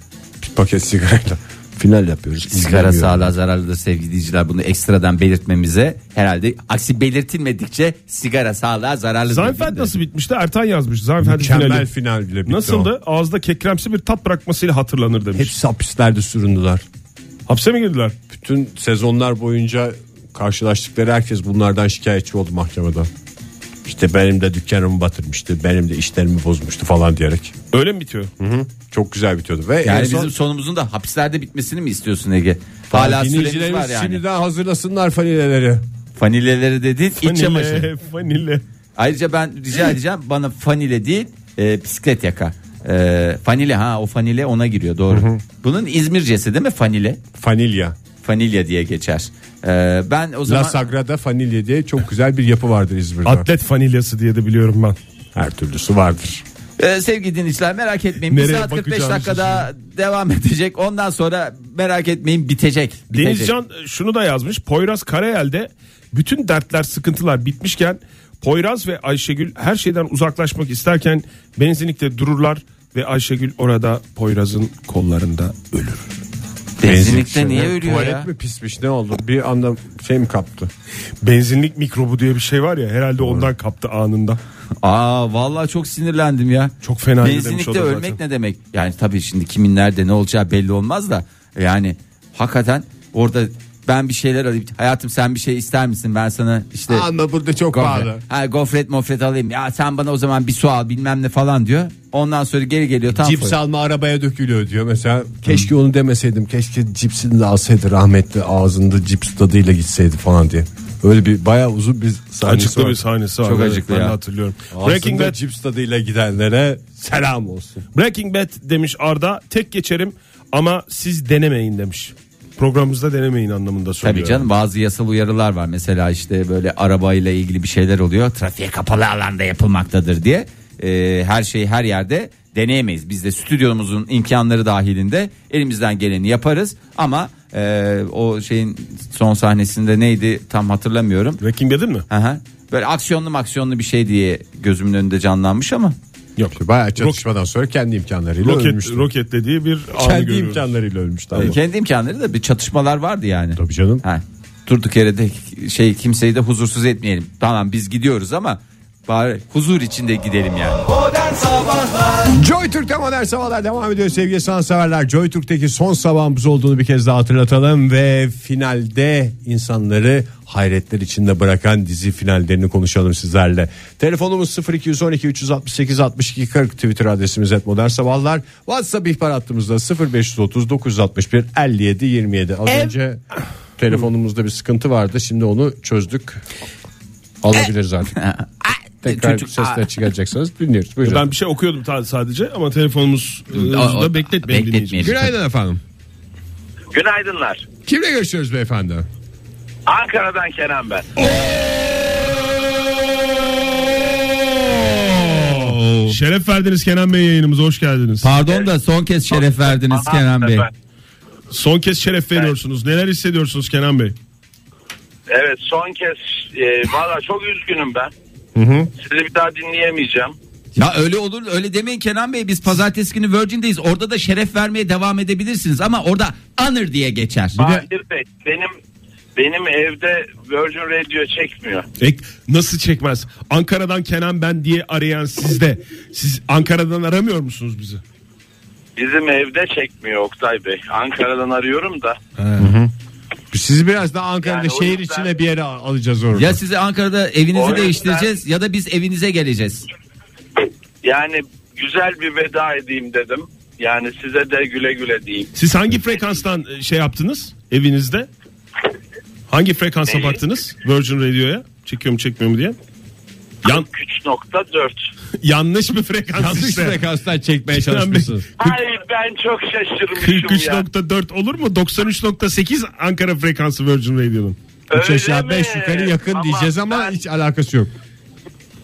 Speaker 3: bir paket sigarayla. Final yapıyoruz.
Speaker 4: Sigara
Speaker 3: İzlemiyor.
Speaker 4: sağlığa zararlıdır sevgili dinleyiciler. Bunu ekstradan belirtmemize herhalde aksi belirtilmedikçe sigara sağlığa zararlıdır.
Speaker 5: Zaynfeld
Speaker 4: Değil mi?
Speaker 5: nasıl bitmişti? Ertan yazmış. Zaynfeld
Speaker 3: Mükemmel
Speaker 5: finali.
Speaker 3: final bile bitti o.
Speaker 5: Nasıldı? Ağızda kekremsi bir tat bırakmasıyla hatırlanır demiş.
Speaker 3: Hepsi hapislerde süründüler.
Speaker 5: Hapse mi girdiler?
Speaker 3: Bütün sezonlar boyunca karşılaştıkları herkes bunlardan şikayetçi oldu mahkemede. İşte benim de dükkanımı batırmıştı, benim de işlerimi bozmuştu falan diyerek.
Speaker 5: Öyle mi bitiyor?
Speaker 3: Çok güzel bitiyordu ve
Speaker 4: Yani
Speaker 3: en son-
Speaker 4: bizim sonumuzun da hapislerde bitmesini mi istiyorsun Ege? Hala süremiz var
Speaker 3: Dinleyicilerimiz
Speaker 4: yani.
Speaker 3: şimdiden hazırlasınlar fanileleri.
Speaker 4: Fanileleri dediğin iç çamaşırı.
Speaker 5: Vanille, vanille.
Speaker 4: Ayrıca ben rica edeceğim bana fanile değil e, bisiklet yaka. Ee, fanile ha o fanile ona giriyor doğru. Bunun İzmircesi değil mi fanile?
Speaker 3: Fanilya.
Speaker 4: Fanilya diye geçer. Ee, ben o zaman
Speaker 3: La Sagrada Fanilya diye çok güzel bir yapı vardır İzmir'de.
Speaker 5: Atlet fanilyası diye de biliyorum ben.
Speaker 3: Her türlüsü vardır.
Speaker 4: Ee, sevgili dinleyiciler merak etmeyin.
Speaker 5: Nereye
Speaker 4: 1 saat 45
Speaker 5: bakacağını
Speaker 4: dakika daha devam edecek. Ondan sonra merak etmeyin bitecek. bitecek.
Speaker 5: Denizcan e, şunu da yazmış. Poyraz Karayel'de bütün dertler sıkıntılar bitmişken Poyraz ve Ayşegül her şeyden uzaklaşmak isterken benzinlikte dururlar ve Ayşegül orada Poyraz'ın kollarında ölür.
Speaker 4: Benzinlikte E, niye ölüyor
Speaker 3: Tuvalet
Speaker 4: ya?
Speaker 3: mi pismiş ne oldu? Bir anda şey mi kaptı?
Speaker 5: Benzinlik mikrobu diye bir şey var ya herhalde ondan kaptı anında.
Speaker 4: Aa vallahi çok sinirlendim ya.
Speaker 5: Çok fena demiş o
Speaker 4: Benzinlikte
Speaker 5: da
Speaker 4: ölmek
Speaker 5: zaten.
Speaker 4: ne demek? Yani tabii şimdi kimin nerede ne olacağı belli olmaz da yani hakikaten orada ben bir şeyler alayım. Hayatım sen bir şey ister misin? Ben sana işte
Speaker 3: Anla burada çok pahalı.
Speaker 4: Ha, gofret mofret alayım. Ya sen bana o zaman bir su al bilmem ne falan diyor. Ondan sonra geri geliyor tam.
Speaker 3: Cips alma arabaya dökülüyor diyor mesela. Keşke onu demeseydim. Keşke cipsini de alsaydı rahmetli ağzında cips tadıyla gitseydi falan diye. Öyle bir bayağı uzun bir sahnesi
Speaker 5: Acıklı
Speaker 3: var.
Speaker 5: bir sahnesi var.
Speaker 4: Çok
Speaker 5: Evet,
Speaker 4: acıklı
Speaker 5: ben de
Speaker 4: ya.
Speaker 5: hatırlıyorum.
Speaker 3: Ağzında
Speaker 5: Breaking Bad
Speaker 3: cips tadıyla gidenlere selam olsun.
Speaker 5: Breaking Bad demiş Arda tek geçerim ama siz denemeyin demiş. Programımızda denemeyin anlamında söylüyor.
Speaker 4: Tabii canım bazı yasal uyarılar var. Mesela işte böyle arabayla ilgili bir şeyler oluyor. Trafiğe kapalı alanda yapılmaktadır diye. Ee, her şeyi her yerde deneyemeyiz. Biz de stüdyomuzun imkanları dahilinde elimizden geleni yaparız. Ama e, o şeyin son sahnesinde neydi tam hatırlamıyorum.
Speaker 5: Breaking Bad'in mi?
Speaker 4: Aha. Böyle aksiyonlu aksiyonlu bir şey diye gözümün önünde canlanmış ama
Speaker 3: Yok. Bayağı çatışmadan sonra kendi imkanlarıyla
Speaker 5: Roket,
Speaker 3: ölmüştü.
Speaker 5: roketlediği bir anı
Speaker 3: kendi
Speaker 5: görüyoruz.
Speaker 3: imkanlarıyla ölmüştü.
Speaker 4: e,
Speaker 3: ama.
Speaker 4: kendi imkanları da bir çatışmalar vardı yani.
Speaker 3: Tabii canım.
Speaker 4: Ha, durduk yere de şey kimseyi de huzursuz etmeyelim. Tamam biz gidiyoruz ama bari huzur içinde gidelim yani.
Speaker 7: Modern Sabahlar
Speaker 3: Joy Türk'te modern sabahlar devam ediyor sevgili sanatseverler. Joy Türk'teki son sabahımız olduğunu bir kez daha hatırlatalım ve finalde insanları hayretler içinde bırakan dizi finallerini konuşalım sizlerle. Telefonumuz 0212 368 62 40 Twitter adresimiz et modern sabahlar. WhatsApp ihbar hattımızda 0530 961 57 27. Az önce telefonumuzda bir sıkıntı vardı şimdi onu çözdük. Alabiliriz artık. Tekrar
Speaker 4: Çocuk-
Speaker 3: sesler çıkaracaksanız dinliyoruz. Buyurun.
Speaker 5: Ben bir şey okuyordum ta- sadece ama telefonumuz e,
Speaker 4: Aa,
Speaker 5: da bekletmeyin
Speaker 4: bekletmeyelim.
Speaker 5: dinleyicimizi.
Speaker 3: Günaydın efendim.
Speaker 8: Günaydınlar.
Speaker 3: Kimle görüşüyoruz beyefendi?
Speaker 8: Ankara'dan Kenan ben.
Speaker 5: Şeref verdiniz Kenan Bey yayınımıza hoş geldiniz.
Speaker 4: Pardon da son kez şeref verdiniz
Speaker 8: Aha,
Speaker 4: Kenan Bey.
Speaker 8: evet.
Speaker 5: Son kez şeref veriyorsunuz. Neler hissediyorsunuz Kenan Bey?
Speaker 8: Evet son kez e, valla çok üzgünüm ben. Sizi bir daha dinleyemeyeceğim.
Speaker 4: Ya öyle olur öyle demeyin Kenan Bey biz pazartesi günü Virgin'deyiz. Orada da şeref vermeye devam edebilirsiniz ama orada honor diye geçer.
Speaker 8: Bahir Bey benim benim evde Virgin Radio çekmiyor.
Speaker 5: Ek, nasıl çekmez? Ankara'dan Kenan ben diye arayan sizde. Siz Ankara'dan aramıyor musunuz bizi?
Speaker 8: Bizim evde çekmiyor Oktay Bey. Ankara'dan arıyorum da.
Speaker 3: Sizi biraz daha Ankara'da
Speaker 8: Yani o
Speaker 3: şehir
Speaker 8: yüzden-
Speaker 3: içine bir yere al- alacağız orada.
Speaker 4: Ya sizi Ankara'da evinizi
Speaker 8: O yüzden-
Speaker 4: değiştireceğiz ya da biz evinize geleceğiz.
Speaker 8: Yani güzel bir veda edeyim dedim. Yani size de güle güle diyeyim.
Speaker 5: Siz hangi frekanstan e, şey yaptınız evinizde? Hangi frekansa
Speaker 8: Neyi?
Speaker 5: baktınız Virgin Radio'ya? Çekiyor mu çekmiyor mu diye. Yan,
Speaker 8: 3.4.
Speaker 5: yanlış bir frekans
Speaker 3: Yanlış
Speaker 5: işte.
Speaker 3: frekanstan çekmeye çalışmışsınız.
Speaker 8: Ay ben çok şaşırmışım ya.
Speaker 5: 43.4 olur mu? 93.8 Ankara frekansı Virgin Radio'nun.
Speaker 3: Üç
Speaker 8: Öyle
Speaker 3: aşağı 5
Speaker 8: mi?
Speaker 3: yukarı yakın
Speaker 8: Ama
Speaker 3: diyeceğiz ama
Speaker 8: ben-
Speaker 3: hiç alakası yok.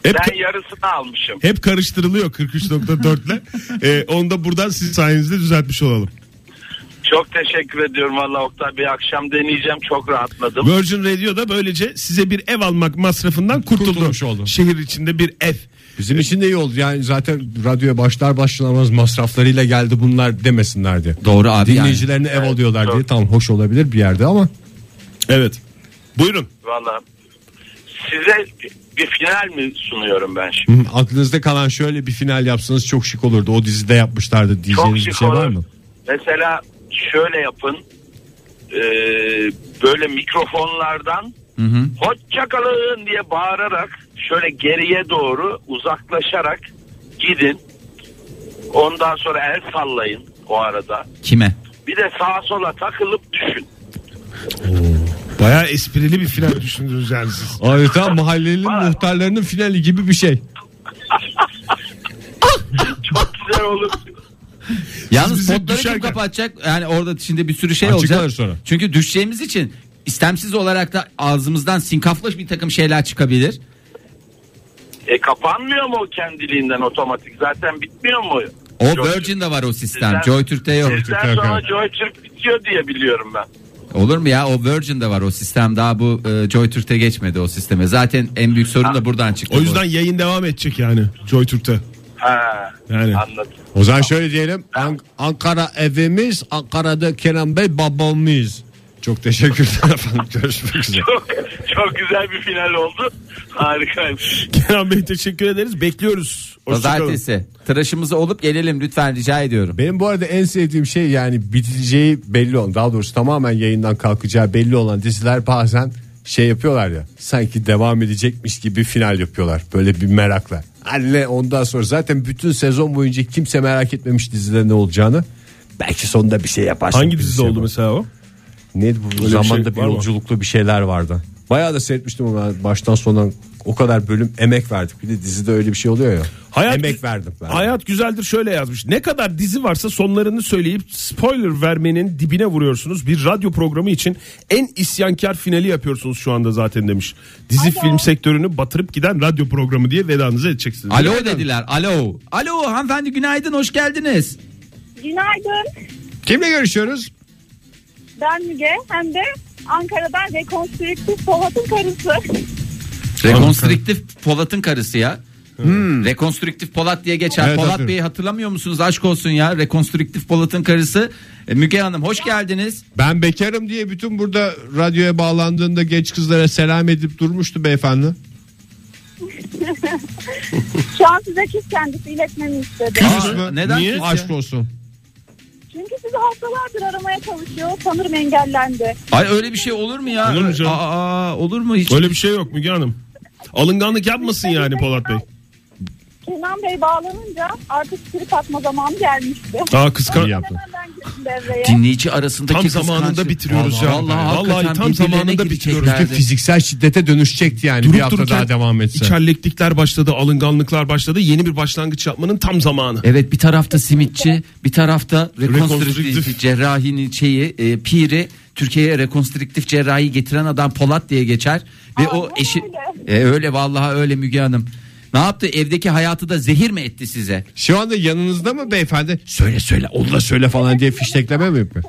Speaker 5: Hep,
Speaker 8: Ben yarısını almışım.
Speaker 5: hep karıştırılıyor 43.4
Speaker 8: <laughs>
Speaker 5: ile. Ee, onu da buradan sizin sayenizde düzeltmiş olalım.
Speaker 8: Çok teşekkür ediyorum valla Oktay Bey. Akşam deneyeceğim. Çok rahatladım.
Speaker 5: Virgin Radio da böylece size bir ev almak masrafından kurtuldu.
Speaker 3: Kurtulmuş oldu.
Speaker 5: Şehir içinde bir ev.
Speaker 3: Bizim için de iyi oldu. Yani zaten radyoya başlar başlamaz masraflarıyla geldi bunlar demesinler diye.
Speaker 4: Doğru abi yani.
Speaker 3: Dinleyicilerine ev alıyorlar diye tam hoş olabilir bir yerde ama
Speaker 5: Evet. Buyurun.
Speaker 8: Valla. Size bir final mi sunuyorum ben şimdi?
Speaker 3: hı, aklınızda kalan şöyle bir final yapsanız çok şık olurdu. O dizide yapmışlardı
Speaker 8: Çok
Speaker 3: diyeceğiniz bir
Speaker 8: şık
Speaker 3: şey var
Speaker 8: olur.
Speaker 3: mı?
Speaker 8: Mesela şöyle yapın. Ee, böyle mikrofonlardan hoşça kalın diye bağırarak şöyle geriye doğru uzaklaşarak gidin. Ondan sonra el sallayın o arada.
Speaker 4: Kime?
Speaker 8: Bir de sağa sola takılıp düşün.
Speaker 5: Bayağı esprili bir final düşündünüz yani siz.
Speaker 3: Adeta mahallenin muhtarlarının finali gibi bir şey.
Speaker 8: Çok güzel olur.
Speaker 3: <laughs>
Speaker 4: Yalnız
Speaker 5: bizi
Speaker 4: potları kim
Speaker 5: düşerken-
Speaker 4: kapatacak? Yani orada şimdi bir sürü şey
Speaker 5: Açıklar
Speaker 4: olacak.
Speaker 5: sonra.
Speaker 4: Çünkü düşeceğimiz için istemsiz olarak da ağzımızdan sinkaflaş bir takım şeyler çıkabilir.
Speaker 8: E kapanmıyor mu o kendiliğinden otomatik? Zaten bitmiyor mu?
Speaker 4: O
Speaker 8: Joytürk.
Speaker 4: Virgin'de var o sistem.
Speaker 8: Bizden-
Speaker 4: JoyTürk'te yok.
Speaker 8: Bizden sonra Joytürk bitiyor diye biliyorum ben.
Speaker 4: Olur mu ya? O Virgin'de var o sistem. Daha bu e, JoyTürk'te geçmedi o sisteme. Zaten en büyük sorun da buradan çıktı.
Speaker 5: O
Speaker 4: bu.
Speaker 5: yüzden yayın devam edecek yani JoyTürk'te.
Speaker 8: Ha,
Speaker 5: Yani.
Speaker 8: anladım.
Speaker 3: O zaman şöyle diyelim. An- Ankara evimiz, Ankara'da Kenan Bey babamız. Çok teşekkürler <laughs> efendim. Görüşmek üzere.
Speaker 8: Çok, çok güzel bir final oldu. Harikaymış.
Speaker 5: Kenan Bey teşekkür ederiz. Bekliyoruz. Hoşçakalın.
Speaker 4: Pazartesi. Tıraşımızı olup gelelim lütfen rica ediyorum.
Speaker 3: Benim bu arada en sevdiğim şey yani biteceği belli olan daha doğrusu tamamen yayından kalkacağı belli olan diziler bazen şey yapıyorlar ya sanki devam edecekmiş gibi final yapıyorlar böyle bir merakla. Anne ondan sonra zaten bütün sezon boyunca kimse merak etmemiş dizide ne olacağını. Belki sonunda bir şey yapar.
Speaker 5: Hangi dizide oldu mesela o?
Speaker 3: Ne bu
Speaker 5: bir
Speaker 3: zamanda
Speaker 5: şey
Speaker 3: bir
Speaker 5: var mı?
Speaker 3: yolculuklu bir şeyler vardı. Bayağı da seyretmiştim ama ben baştan sona o kadar bölüm emek verdik. Bir de dizide öyle bir şey oluyor ya. emek verdim ben.
Speaker 5: Hayat güzeldir şöyle yazmış. Ne kadar dizi varsa sonlarını söyleyip spoiler vermenin dibine vuruyorsunuz. Bir radyo programı için en isyankar finali yapıyorsunuz şu anda zaten demiş. Dizi film sektörünü batırıp giden radyo programı diye vedanızı edeceksiniz.
Speaker 4: Alo dediler. Alo. Alo hanımefendi günaydın hoş geldiniz.
Speaker 9: Günaydın.
Speaker 3: Kimle görüşüyoruz?
Speaker 9: Ben Müge. Hem de Ankara'dan rekonstrüktif Polat'ın karısı.
Speaker 4: Rekonstrüktif Polat'ın karısı ya. Hmm. Rekonstrüktif Polat diye geçer.
Speaker 3: Evet,
Speaker 4: Polat
Speaker 3: hatırlıyorum.
Speaker 4: Bey'i hatırlamıyor musunuz? Aşk olsun ya. Rekonstrüktif Polat'ın karısı. E, Müge Hanım hoş geldiniz.
Speaker 3: Ben bekarım diye bütün burada radyoya bağlandığında genç kızlara selam edip durmuştu beyefendi.
Speaker 9: Şu an size küs kendisi iletmemi istedi.
Speaker 4: Aa, neden
Speaker 5: Niye?
Speaker 4: küs ya?
Speaker 3: Aşk olsun.
Speaker 9: Çünkü sizi haftalardır aramaya çalışıyor. Sanırım engellendi.
Speaker 4: Ay öyle bir şey olur mu ya?
Speaker 5: Olur mu canım?
Speaker 4: Aa, aa, olur mu hiç?
Speaker 5: Öyle bir şey yok Müge Hanım. Alınganlık yapmasın yani Polat Bey.
Speaker 9: Kenan Bey bağlanınca artık trip atma zamanı gelmişti.
Speaker 5: Daha kıskan.
Speaker 9: Hemen ben girdim devreye.
Speaker 4: Dinleyici arasındaki
Speaker 5: Tam zamanında
Speaker 4: kıskançlık.
Speaker 5: bitiriyoruz
Speaker 4: vallahi,
Speaker 5: ya.
Speaker 4: Vallahi,
Speaker 5: Vallahi
Speaker 4: hakikaten
Speaker 5: tam
Speaker 4: birbirlerine
Speaker 5: zamanında bitiriyoruz.
Speaker 4: gireceklerdi.
Speaker 3: Fiziksel şiddete dönüşecekti yani bir
Speaker 5: Durup
Speaker 3: hafta
Speaker 5: dururken
Speaker 3: daha devam etse.
Speaker 5: içerliklikler başladı, alınganlıklar başladı. Yeni bir başlangıç yapmanın tam zamanı.
Speaker 4: Evet bir tarafta simitçi bir tarafta rekonstrüktif
Speaker 5: Rekonstrüktif.
Speaker 4: cerrahinin şeyi e, piri Türkiye'ye rekonstrüktif cerrahi getiren adam Polat diye geçer ve
Speaker 9: Aa,
Speaker 4: o
Speaker 9: ne
Speaker 4: eşi E, öyle vallahi öyle Müge Hanım. Ne yaptı? Evdeki hayatı da zehir mi etti size?
Speaker 3: Şu anda yanınızda mı beyefendi? Söyle söyle onu da söyle falan diye fiştekleme mi yapıyor?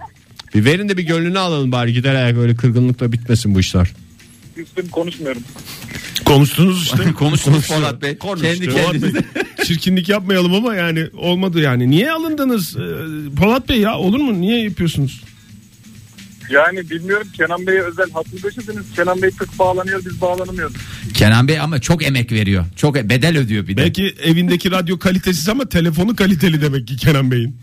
Speaker 3: Bir verin de bir gönlünü alalım bari gider ayak öyle kırgınlıkla bitmesin bu işler.
Speaker 8: konuşmuyorum.
Speaker 3: E,
Speaker 5: Konuştunuz işte.
Speaker 4: Konuştunuz Polat Bey. Kendi
Speaker 5: Polat Bey,
Speaker 4: kendinize.
Speaker 5: <laughs> Çirkinlik yapmayalım ama yani olmadı yani. Niye alındınız Ee, Polat Bey ya olur mu? Niye yapıyorsunuz?
Speaker 8: Yani bilmiyorum Kenan Bey'e özel hatlı beşisiniz. Kenan Bey tık bağlanıyor biz bağlanamıyoruz.
Speaker 4: Kenan Bey ama çok emek veriyor. Çok e- bedel ödüyor bir de.
Speaker 5: Belki evindeki radyo kalitesiz ama telefonu kaliteli demek ki Kenan Bey'in.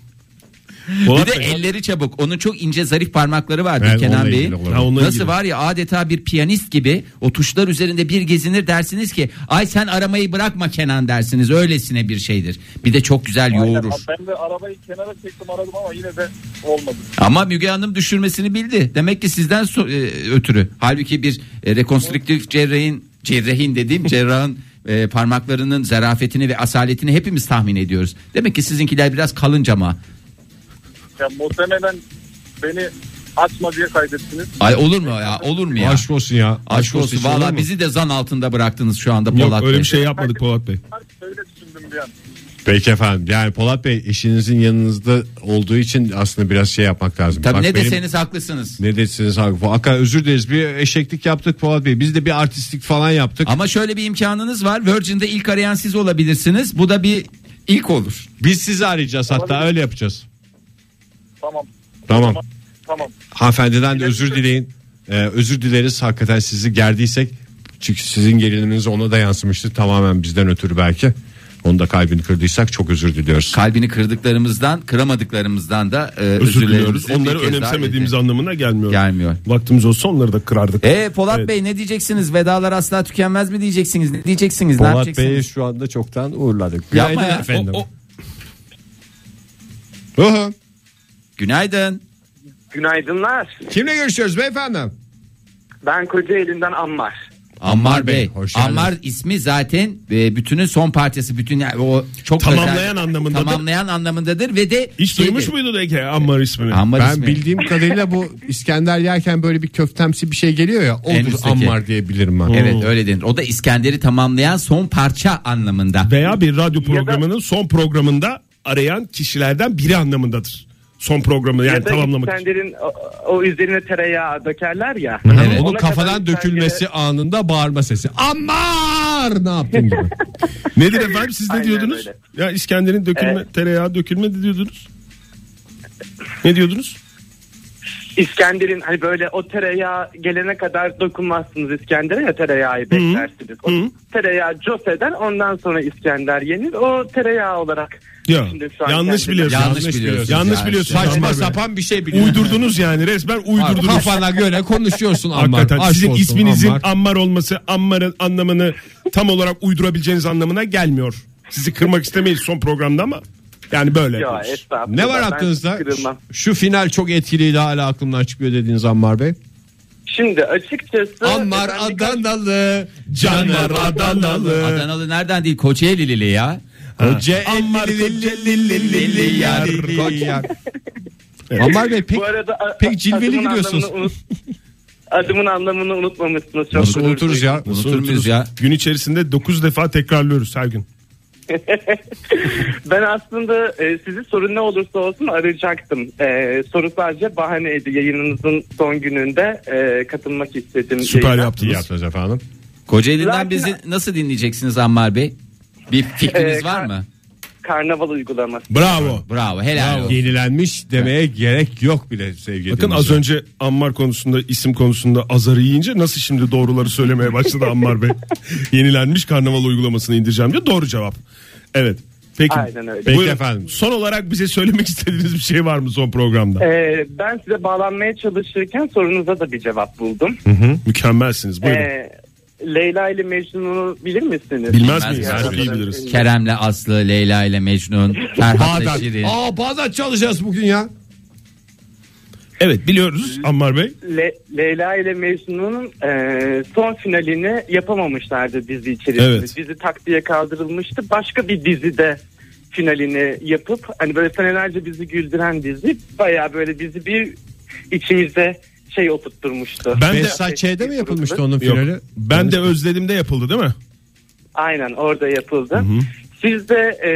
Speaker 4: Bir
Speaker 5: Polat
Speaker 4: de
Speaker 5: Bey.
Speaker 4: elleri çabuk. Onun çok ince zarif parmakları vardı
Speaker 3: Evet,
Speaker 4: Kenan
Speaker 3: onunla
Speaker 4: Bey'in.
Speaker 3: ilgili olarak.
Speaker 5: Ha, onunla
Speaker 4: Nasıl
Speaker 5: ilgili.
Speaker 4: var ya adeta bir piyanist gibi o tuşlar üzerinde bir gezinir dersiniz ki ay sen aramayı bırakma Kenan dersiniz. Öylesine bir şeydir. Bir de çok güzel yoğurur.
Speaker 8: Ben de arabayı kenara çektim aradım ama yine de olmadı.
Speaker 4: Ama Müge Hanım düşürmesini bildi. Demek ki sizden so- e, ötürü. Halbuki bir e, rekonstrüktif cerrahin, cerrahin dediğim cerrahın e, parmaklarının zarafetini ve asaletini hepimiz tahmin ediyoruz. Demek ki sizinkiler biraz kalınca ama.
Speaker 8: Ya muhtemelen beni açma diye kaydettiniz.
Speaker 4: Ay olur mu ya? Olur mu ya?
Speaker 3: Aşk olsun ya.
Speaker 4: Aşk olsun.
Speaker 3: hiç olur
Speaker 4: Valla
Speaker 3: mu?
Speaker 4: bizi de zan altında bıraktınız şu anda
Speaker 5: Yok
Speaker 4: Polat
Speaker 5: öyle
Speaker 4: Bey.
Speaker 5: bir şey yapmadık Polat Bey.
Speaker 8: Öyle düşündüm bir an.
Speaker 3: Peki efendim. Yani Polat Bey eşinizin yanınızda olduğu için aslında biraz şey yapmak lazım.
Speaker 4: Tabii
Speaker 3: Bak
Speaker 4: ne
Speaker 3: benim-
Speaker 4: deseniz haklısınız.
Speaker 3: Ne desiniz abi? Aka özür dileriz bir eşeklik yaptık Polat Bey. Biz de bir artistlik falan yaptık.
Speaker 4: Ama şöyle bir imkanınız var. Virgin'de ilk arayan siz olabilirsiniz. Bu da bir ilk olur.
Speaker 3: Biz sizi arayacağız hatta öyle yapacağız.
Speaker 8: Tamam
Speaker 3: Tamam.
Speaker 8: tamam.
Speaker 3: Hanımefendiden de özür
Speaker 5: şey-
Speaker 3: dileyin. Ee, özür dileriz hakikaten sizi gerdiysek. Çünkü sizin geriliminiz ona da yansımıştı. Tamamen bizden ötürü belki. Onu da kalbini kırdıysak çok özür diliyoruz.
Speaker 4: Kalbini kırdıklarımızdan, kıramadıklarımızdan da e,
Speaker 5: Özür diliyoruz.
Speaker 4: özürlerimizi
Speaker 5: Onları
Speaker 4: bir kez daha
Speaker 5: önemsemediğimiz
Speaker 4: iletelim.
Speaker 5: anlamına gelmiyor.
Speaker 4: Gelmiyor.
Speaker 5: Vaktimiz olsa onları da kırardık.
Speaker 4: E Polat
Speaker 5: Evet.
Speaker 4: Bey ne diyeceksiniz? Vedalar asla tükenmez mi diyeceksiniz? Ne diyeceksiniz? ne
Speaker 3: Polat
Speaker 4: yapacaksınız?
Speaker 3: Bey'i şu anda çoktan uğurladık.
Speaker 4: Yapma
Speaker 3: Günaydın
Speaker 4: ya.
Speaker 3: efendim.
Speaker 4: O- o-
Speaker 3: Hı hı.
Speaker 4: Günaydın.
Speaker 6: Günaydınlar.
Speaker 3: Kimle görüşüyoruz beyefendi?
Speaker 6: Ben Kocaeli'nden Ammar.
Speaker 4: Ammar Bey.
Speaker 3: hoş geldiniz.
Speaker 4: Ammar ismi zaten e, bütünün son parçası. Bütün yani o çok
Speaker 5: Tamamlayan
Speaker 4: özel-
Speaker 5: anlamındadır.
Speaker 4: Tamamlayan anlamındadır ve de
Speaker 5: Hiç
Speaker 4: şeydir.
Speaker 5: duymuş muydun Ege Ammar ismini?
Speaker 4: Ammar
Speaker 3: Ben
Speaker 4: ismi.
Speaker 3: bildiğim kadarıyla bu İskender yerken böyle bir köftemsi bir şey geliyor ya.
Speaker 4: En
Speaker 3: Odur
Speaker 4: üstteki.
Speaker 3: ammar diyebilirim ben.
Speaker 4: Evet öyle denir. O da İskender'i tamamlayan son parça anlamında.
Speaker 5: Veya bir radyo programının son programında arayan kişilerden biri anlamındadır. Son programı yani
Speaker 10: ya da
Speaker 5: tamamlamak için.
Speaker 10: İskender'in o, o üzerine tereyağı dökerler ya.
Speaker 3: Ha,
Speaker 4: Evet.
Speaker 3: Onun
Speaker 10: Ona kadar
Speaker 3: kafadan
Speaker 10: İskender'e-
Speaker 3: dökülmesi anında bağırma sesi. Ammar ne yaptın
Speaker 10: <laughs>
Speaker 3: gibi.
Speaker 5: Nedir efendim siz ne
Speaker 10: Aynen
Speaker 5: diyordunuz?
Speaker 10: öyle.
Speaker 5: Ya İskender'in dökülme
Speaker 10: Evet.
Speaker 5: tereyağı dökülme ne diyordunuz? Ne diyordunuz?
Speaker 10: İskender'in hani böyle o tereyağı gelene kadar dokunmazsınız İskender'e ya tereyağı beklersiniz. O tereyağı cos eder ondan sonra İskender yenir. O tereyağı olarak.
Speaker 5: Ya
Speaker 10: Şimdi şu an
Speaker 5: yanlış
Speaker 10: kendim-
Speaker 5: biliyorsun.
Speaker 4: Yanlış biliyorsunuz
Speaker 5: Yanlış
Speaker 4: yani.
Speaker 5: biliyorsun.
Speaker 3: Saçma
Speaker 5: Ammar Bey.
Speaker 3: sapan bir şey biliyorsun.
Speaker 5: Uydurdunuz yani resmen uydurdunuz.
Speaker 3: Kafana göre konuşuyorsun Ammar.
Speaker 5: Hakikaten
Speaker 3: Aşk
Speaker 5: sizin
Speaker 3: olsun
Speaker 5: isminizin
Speaker 3: Ammar.
Speaker 5: Ammar. olması Ammar'ın anlamını tam olarak uydurabileceğiniz anlamına gelmiyor. Sizi kırmak istemeyiz son programda ama yani böyle.
Speaker 10: Ya,
Speaker 5: yapıyoruz.
Speaker 10: estağfurullah.
Speaker 3: Ne var
Speaker 10: Ben
Speaker 3: aklınızda?
Speaker 10: kırılmam.
Speaker 3: Şu, şu final çok etkiliydi hala aklımdan çıkıyor dediğiniz Ammar Bey.
Speaker 10: Şimdi açıkçası.
Speaker 3: Ammar
Speaker 10: ben birkaç-
Speaker 3: Adanalı, Caner Adanalı.
Speaker 4: Adanalı nereden değil Kocaelilili ya.
Speaker 3: Hoca
Speaker 5: Ammar
Speaker 3: Lili yar, koy
Speaker 5: <laughs>
Speaker 3: yar. Ammar Bey pek
Speaker 10: Bu arada a-
Speaker 3: pek
Speaker 10: a-
Speaker 3: cilveli
Speaker 10: adımın
Speaker 3: gidiyorsunuz.
Speaker 10: anlamını unut- <laughs> Adımın anlamını unutmamışsınız. Çok
Speaker 3: nasıl
Speaker 10: gurur
Speaker 3: unuturuz ya?
Speaker 4: Unutur muyuz ya?
Speaker 5: Gün içerisinde 9 defa tekrarlıyoruz her gün.
Speaker 10: Ben aslında e, sizi sorun ne olursa olsun arayacaktım. E, soru sadece bahaneydi. Yayınınızın son gününde e, katılmak istedim.
Speaker 5: Süper
Speaker 10: yayına.
Speaker 5: yaptınız.
Speaker 3: Yapacağız efendim.
Speaker 4: Kocaeli'den
Speaker 10: Zaten-
Speaker 4: bizi nasıl dinleyeceksiniz Ammar Bey? Bir fikriniz
Speaker 10: Ee,
Speaker 4: var
Speaker 10: kar-
Speaker 4: mı?
Speaker 10: Karnaval uygulaması.
Speaker 5: Bravo.
Speaker 4: Bravo helal olsun.
Speaker 3: Yenilenmiş demeye gerek yok bile sevgili
Speaker 5: Bakın az
Speaker 3: dinleyiciler.
Speaker 5: önce Ammar konusunda isim konusunda azarı yiyince nasıl şimdi doğruları söylemeye başladı Ammar Bey. Yenilenmiş karnaval uygulamasını indireceğim diye doğru cevap. Evet. Peki.
Speaker 10: Aynen öyle.
Speaker 3: Peki
Speaker 5: Buyurun.
Speaker 3: efendim.
Speaker 5: Son olarak bize söylemek istediğiniz bir şey var mı son programda?
Speaker 10: E, ben size bağlanmaya çalışırken sorunuza da bir cevap buldum.
Speaker 5: Mükemmelsiniz. Buyurun.
Speaker 10: E, Leyla ile Mecnun'u bilir misiniz?
Speaker 5: Bilmez
Speaker 4: miyiz?
Speaker 5: miyiz?
Speaker 4: Bilmez
Speaker 5: Çok
Speaker 4: miyiz?
Speaker 5: iyi biliriz.
Speaker 4: Kerem'le Aslı, Leyla ile Mecnun, Ferhat'la
Speaker 3: Bağdat.
Speaker 4: Şirin.
Speaker 3: Aa Bağdat çalacağız bugün ya.
Speaker 5: Evet biliyoruz Ammar Bey.
Speaker 10: Le- Leyla ile Mecnun'un e, son finalini yapamamışlardı dizi içerisinde.
Speaker 5: Evet.
Speaker 10: Dizi taktiğe kaldırılmıştı. Başka bir dizide finalini yapıp hani böyle senelerce bizi güldüren dizi bayağı böyle bizi bir içimize şey oturtturmuştu.
Speaker 5: Ben de
Speaker 3: Versace'de mi yapılmıştı onun
Speaker 5: Yok.
Speaker 3: finali?
Speaker 5: Ben de özledimde yapıldı değil mi?
Speaker 10: Aynen orada yapıldı. Siz de e,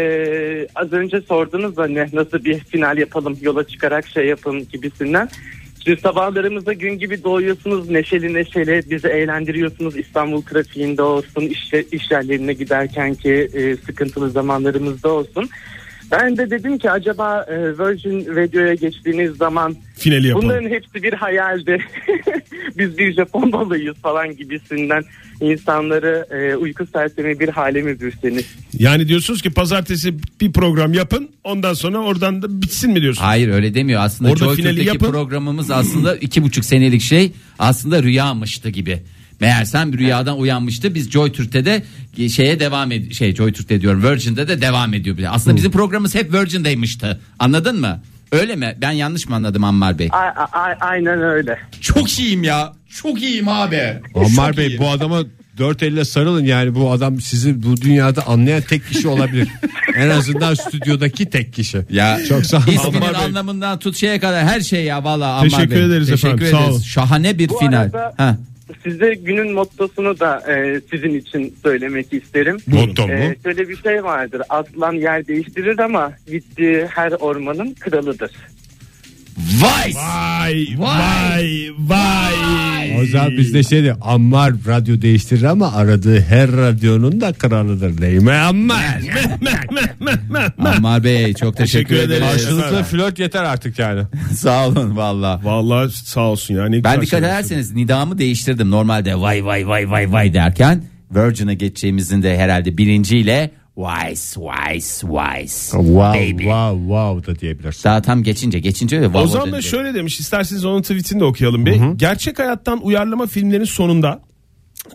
Speaker 10: az önce sordunuz da ne, nasıl bir final yapalım yola çıkarak şey yapın gibisinden. Siz sabahlarımıza gün gibi doğuyorsunuz neşeli neşeli bizi eğlendiriyorsunuz İstanbul trafiğinde olsun iş, iş yerlerine giderken ki e, sıkıntılı zamanlarımızda olsun. Ben de dedim ki acaba e, Virgin Radio'ya geçtiğiniz zaman
Speaker 5: Finali yapalım.
Speaker 10: Bunların hepsi bir hayaldi. <laughs> Biz bir Japon balığıyız falan gibisinden insanları e, uyku sersemi bir hale mi bürseniz?
Speaker 5: Yani diyorsunuz ki pazartesi bir program yapın ondan sonra oradan da bitsin mi diyorsunuz?
Speaker 4: Hayır öyle demiyor. Aslında
Speaker 5: Orada
Speaker 4: Orada
Speaker 5: finali yapın.
Speaker 4: programımız aslında iki buçuk senelik şey aslında rüyamıştı gibi. Meğersem bir rüyadan uyanmıştı. Biz Joy Türk'te de şeye devam ed şey Joy Türk'te diyorum Virgin'de de devam ediyor. bile. Aslında bizim programımız hep Virgin'deymişti. Anladın mı? Öyle mi? Ben yanlış mı anladım Ammar Bey?
Speaker 10: A- a- a- aynen öyle.
Speaker 4: Çok iyiyim ya. Çok iyiyim abi.
Speaker 3: Ammar Bey bu adama dört elle sarılın yani bu adam sizi bu dünyada anlayan tek kişi <laughs> olabilir. en azından stüdyodaki tek kişi.
Speaker 4: Ya
Speaker 3: Çok sağ olun.
Speaker 4: İsminin
Speaker 5: Ammar Bey.
Speaker 4: anlamından tut şeye kadar her şey ya valla Ammar
Speaker 5: Teşekkür
Speaker 4: Bey.
Speaker 5: ederiz efendim, sağ olun.
Speaker 4: Şahane bir
Speaker 10: Bu
Speaker 4: final.
Speaker 10: arada-
Speaker 4: Ha.
Speaker 10: Size günün mottosunu da e, sizin için söylemek isterim.
Speaker 5: Motto mu?
Speaker 10: E, şöyle bir şey vardır. Aslan yer değiştirir ama gittiği her ormanın kralıdır.
Speaker 4: Vay.
Speaker 5: Vay vay vay.
Speaker 3: O zaman bizde şey diyor, Ammar radyo değiştirir ama aradığı her radyonun da kralıdır değil mi Ammar?
Speaker 4: Ammar Bey çok teşekkür,
Speaker 5: Teşekkür
Speaker 4: ederiz.
Speaker 5: ederiz.
Speaker 3: Karşılıklı flört yeter artık yani.
Speaker 4: <laughs> Sağ olun valla.
Speaker 5: Vallahi sağ olsun yani.
Speaker 4: Ben dikkat ederseniz nidamı değiştirdim. Normalde vay vay vay vay vay derken Virgin'e geçeceğimizin de herhalde bilinciyle Wise wise wise.
Speaker 3: Wow
Speaker 4: Baby.
Speaker 3: wow wow da diyebilirsin.
Speaker 4: Daha tam geçince geçince öyle vav
Speaker 5: Ozan da
Speaker 4: dönecek.
Speaker 5: şöyle demiş isterseniz onun tweetini de okuyalım bir. Gerçek hayattan uyarlama filmlerin sonunda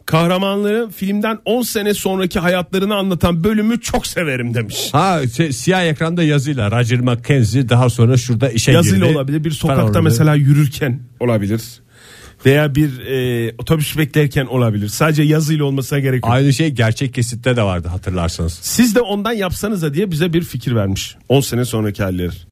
Speaker 5: kahramanların filmden 10 sene sonraki hayatlarını anlatan bölümü çok severim demiş.
Speaker 3: Ha şey, siyah ekranda yazıyla Roger McKenzie daha sonra şurada işe girdi.
Speaker 5: Yazıyla olabilir bir
Speaker 3: Falan
Speaker 5: sokakta
Speaker 3: olabilir.
Speaker 5: mesela yürürken olabilir. veya bir e, otobüs beklerken olabilir. Sadece yazıyla olmasına gerek yok.
Speaker 3: Aynı şey gerçek kesitte de vardı hatırlarsanız.
Speaker 5: Siz de ondan yapsanıza diye bize bir fikir vermiş. 10 sene sonraki halleri.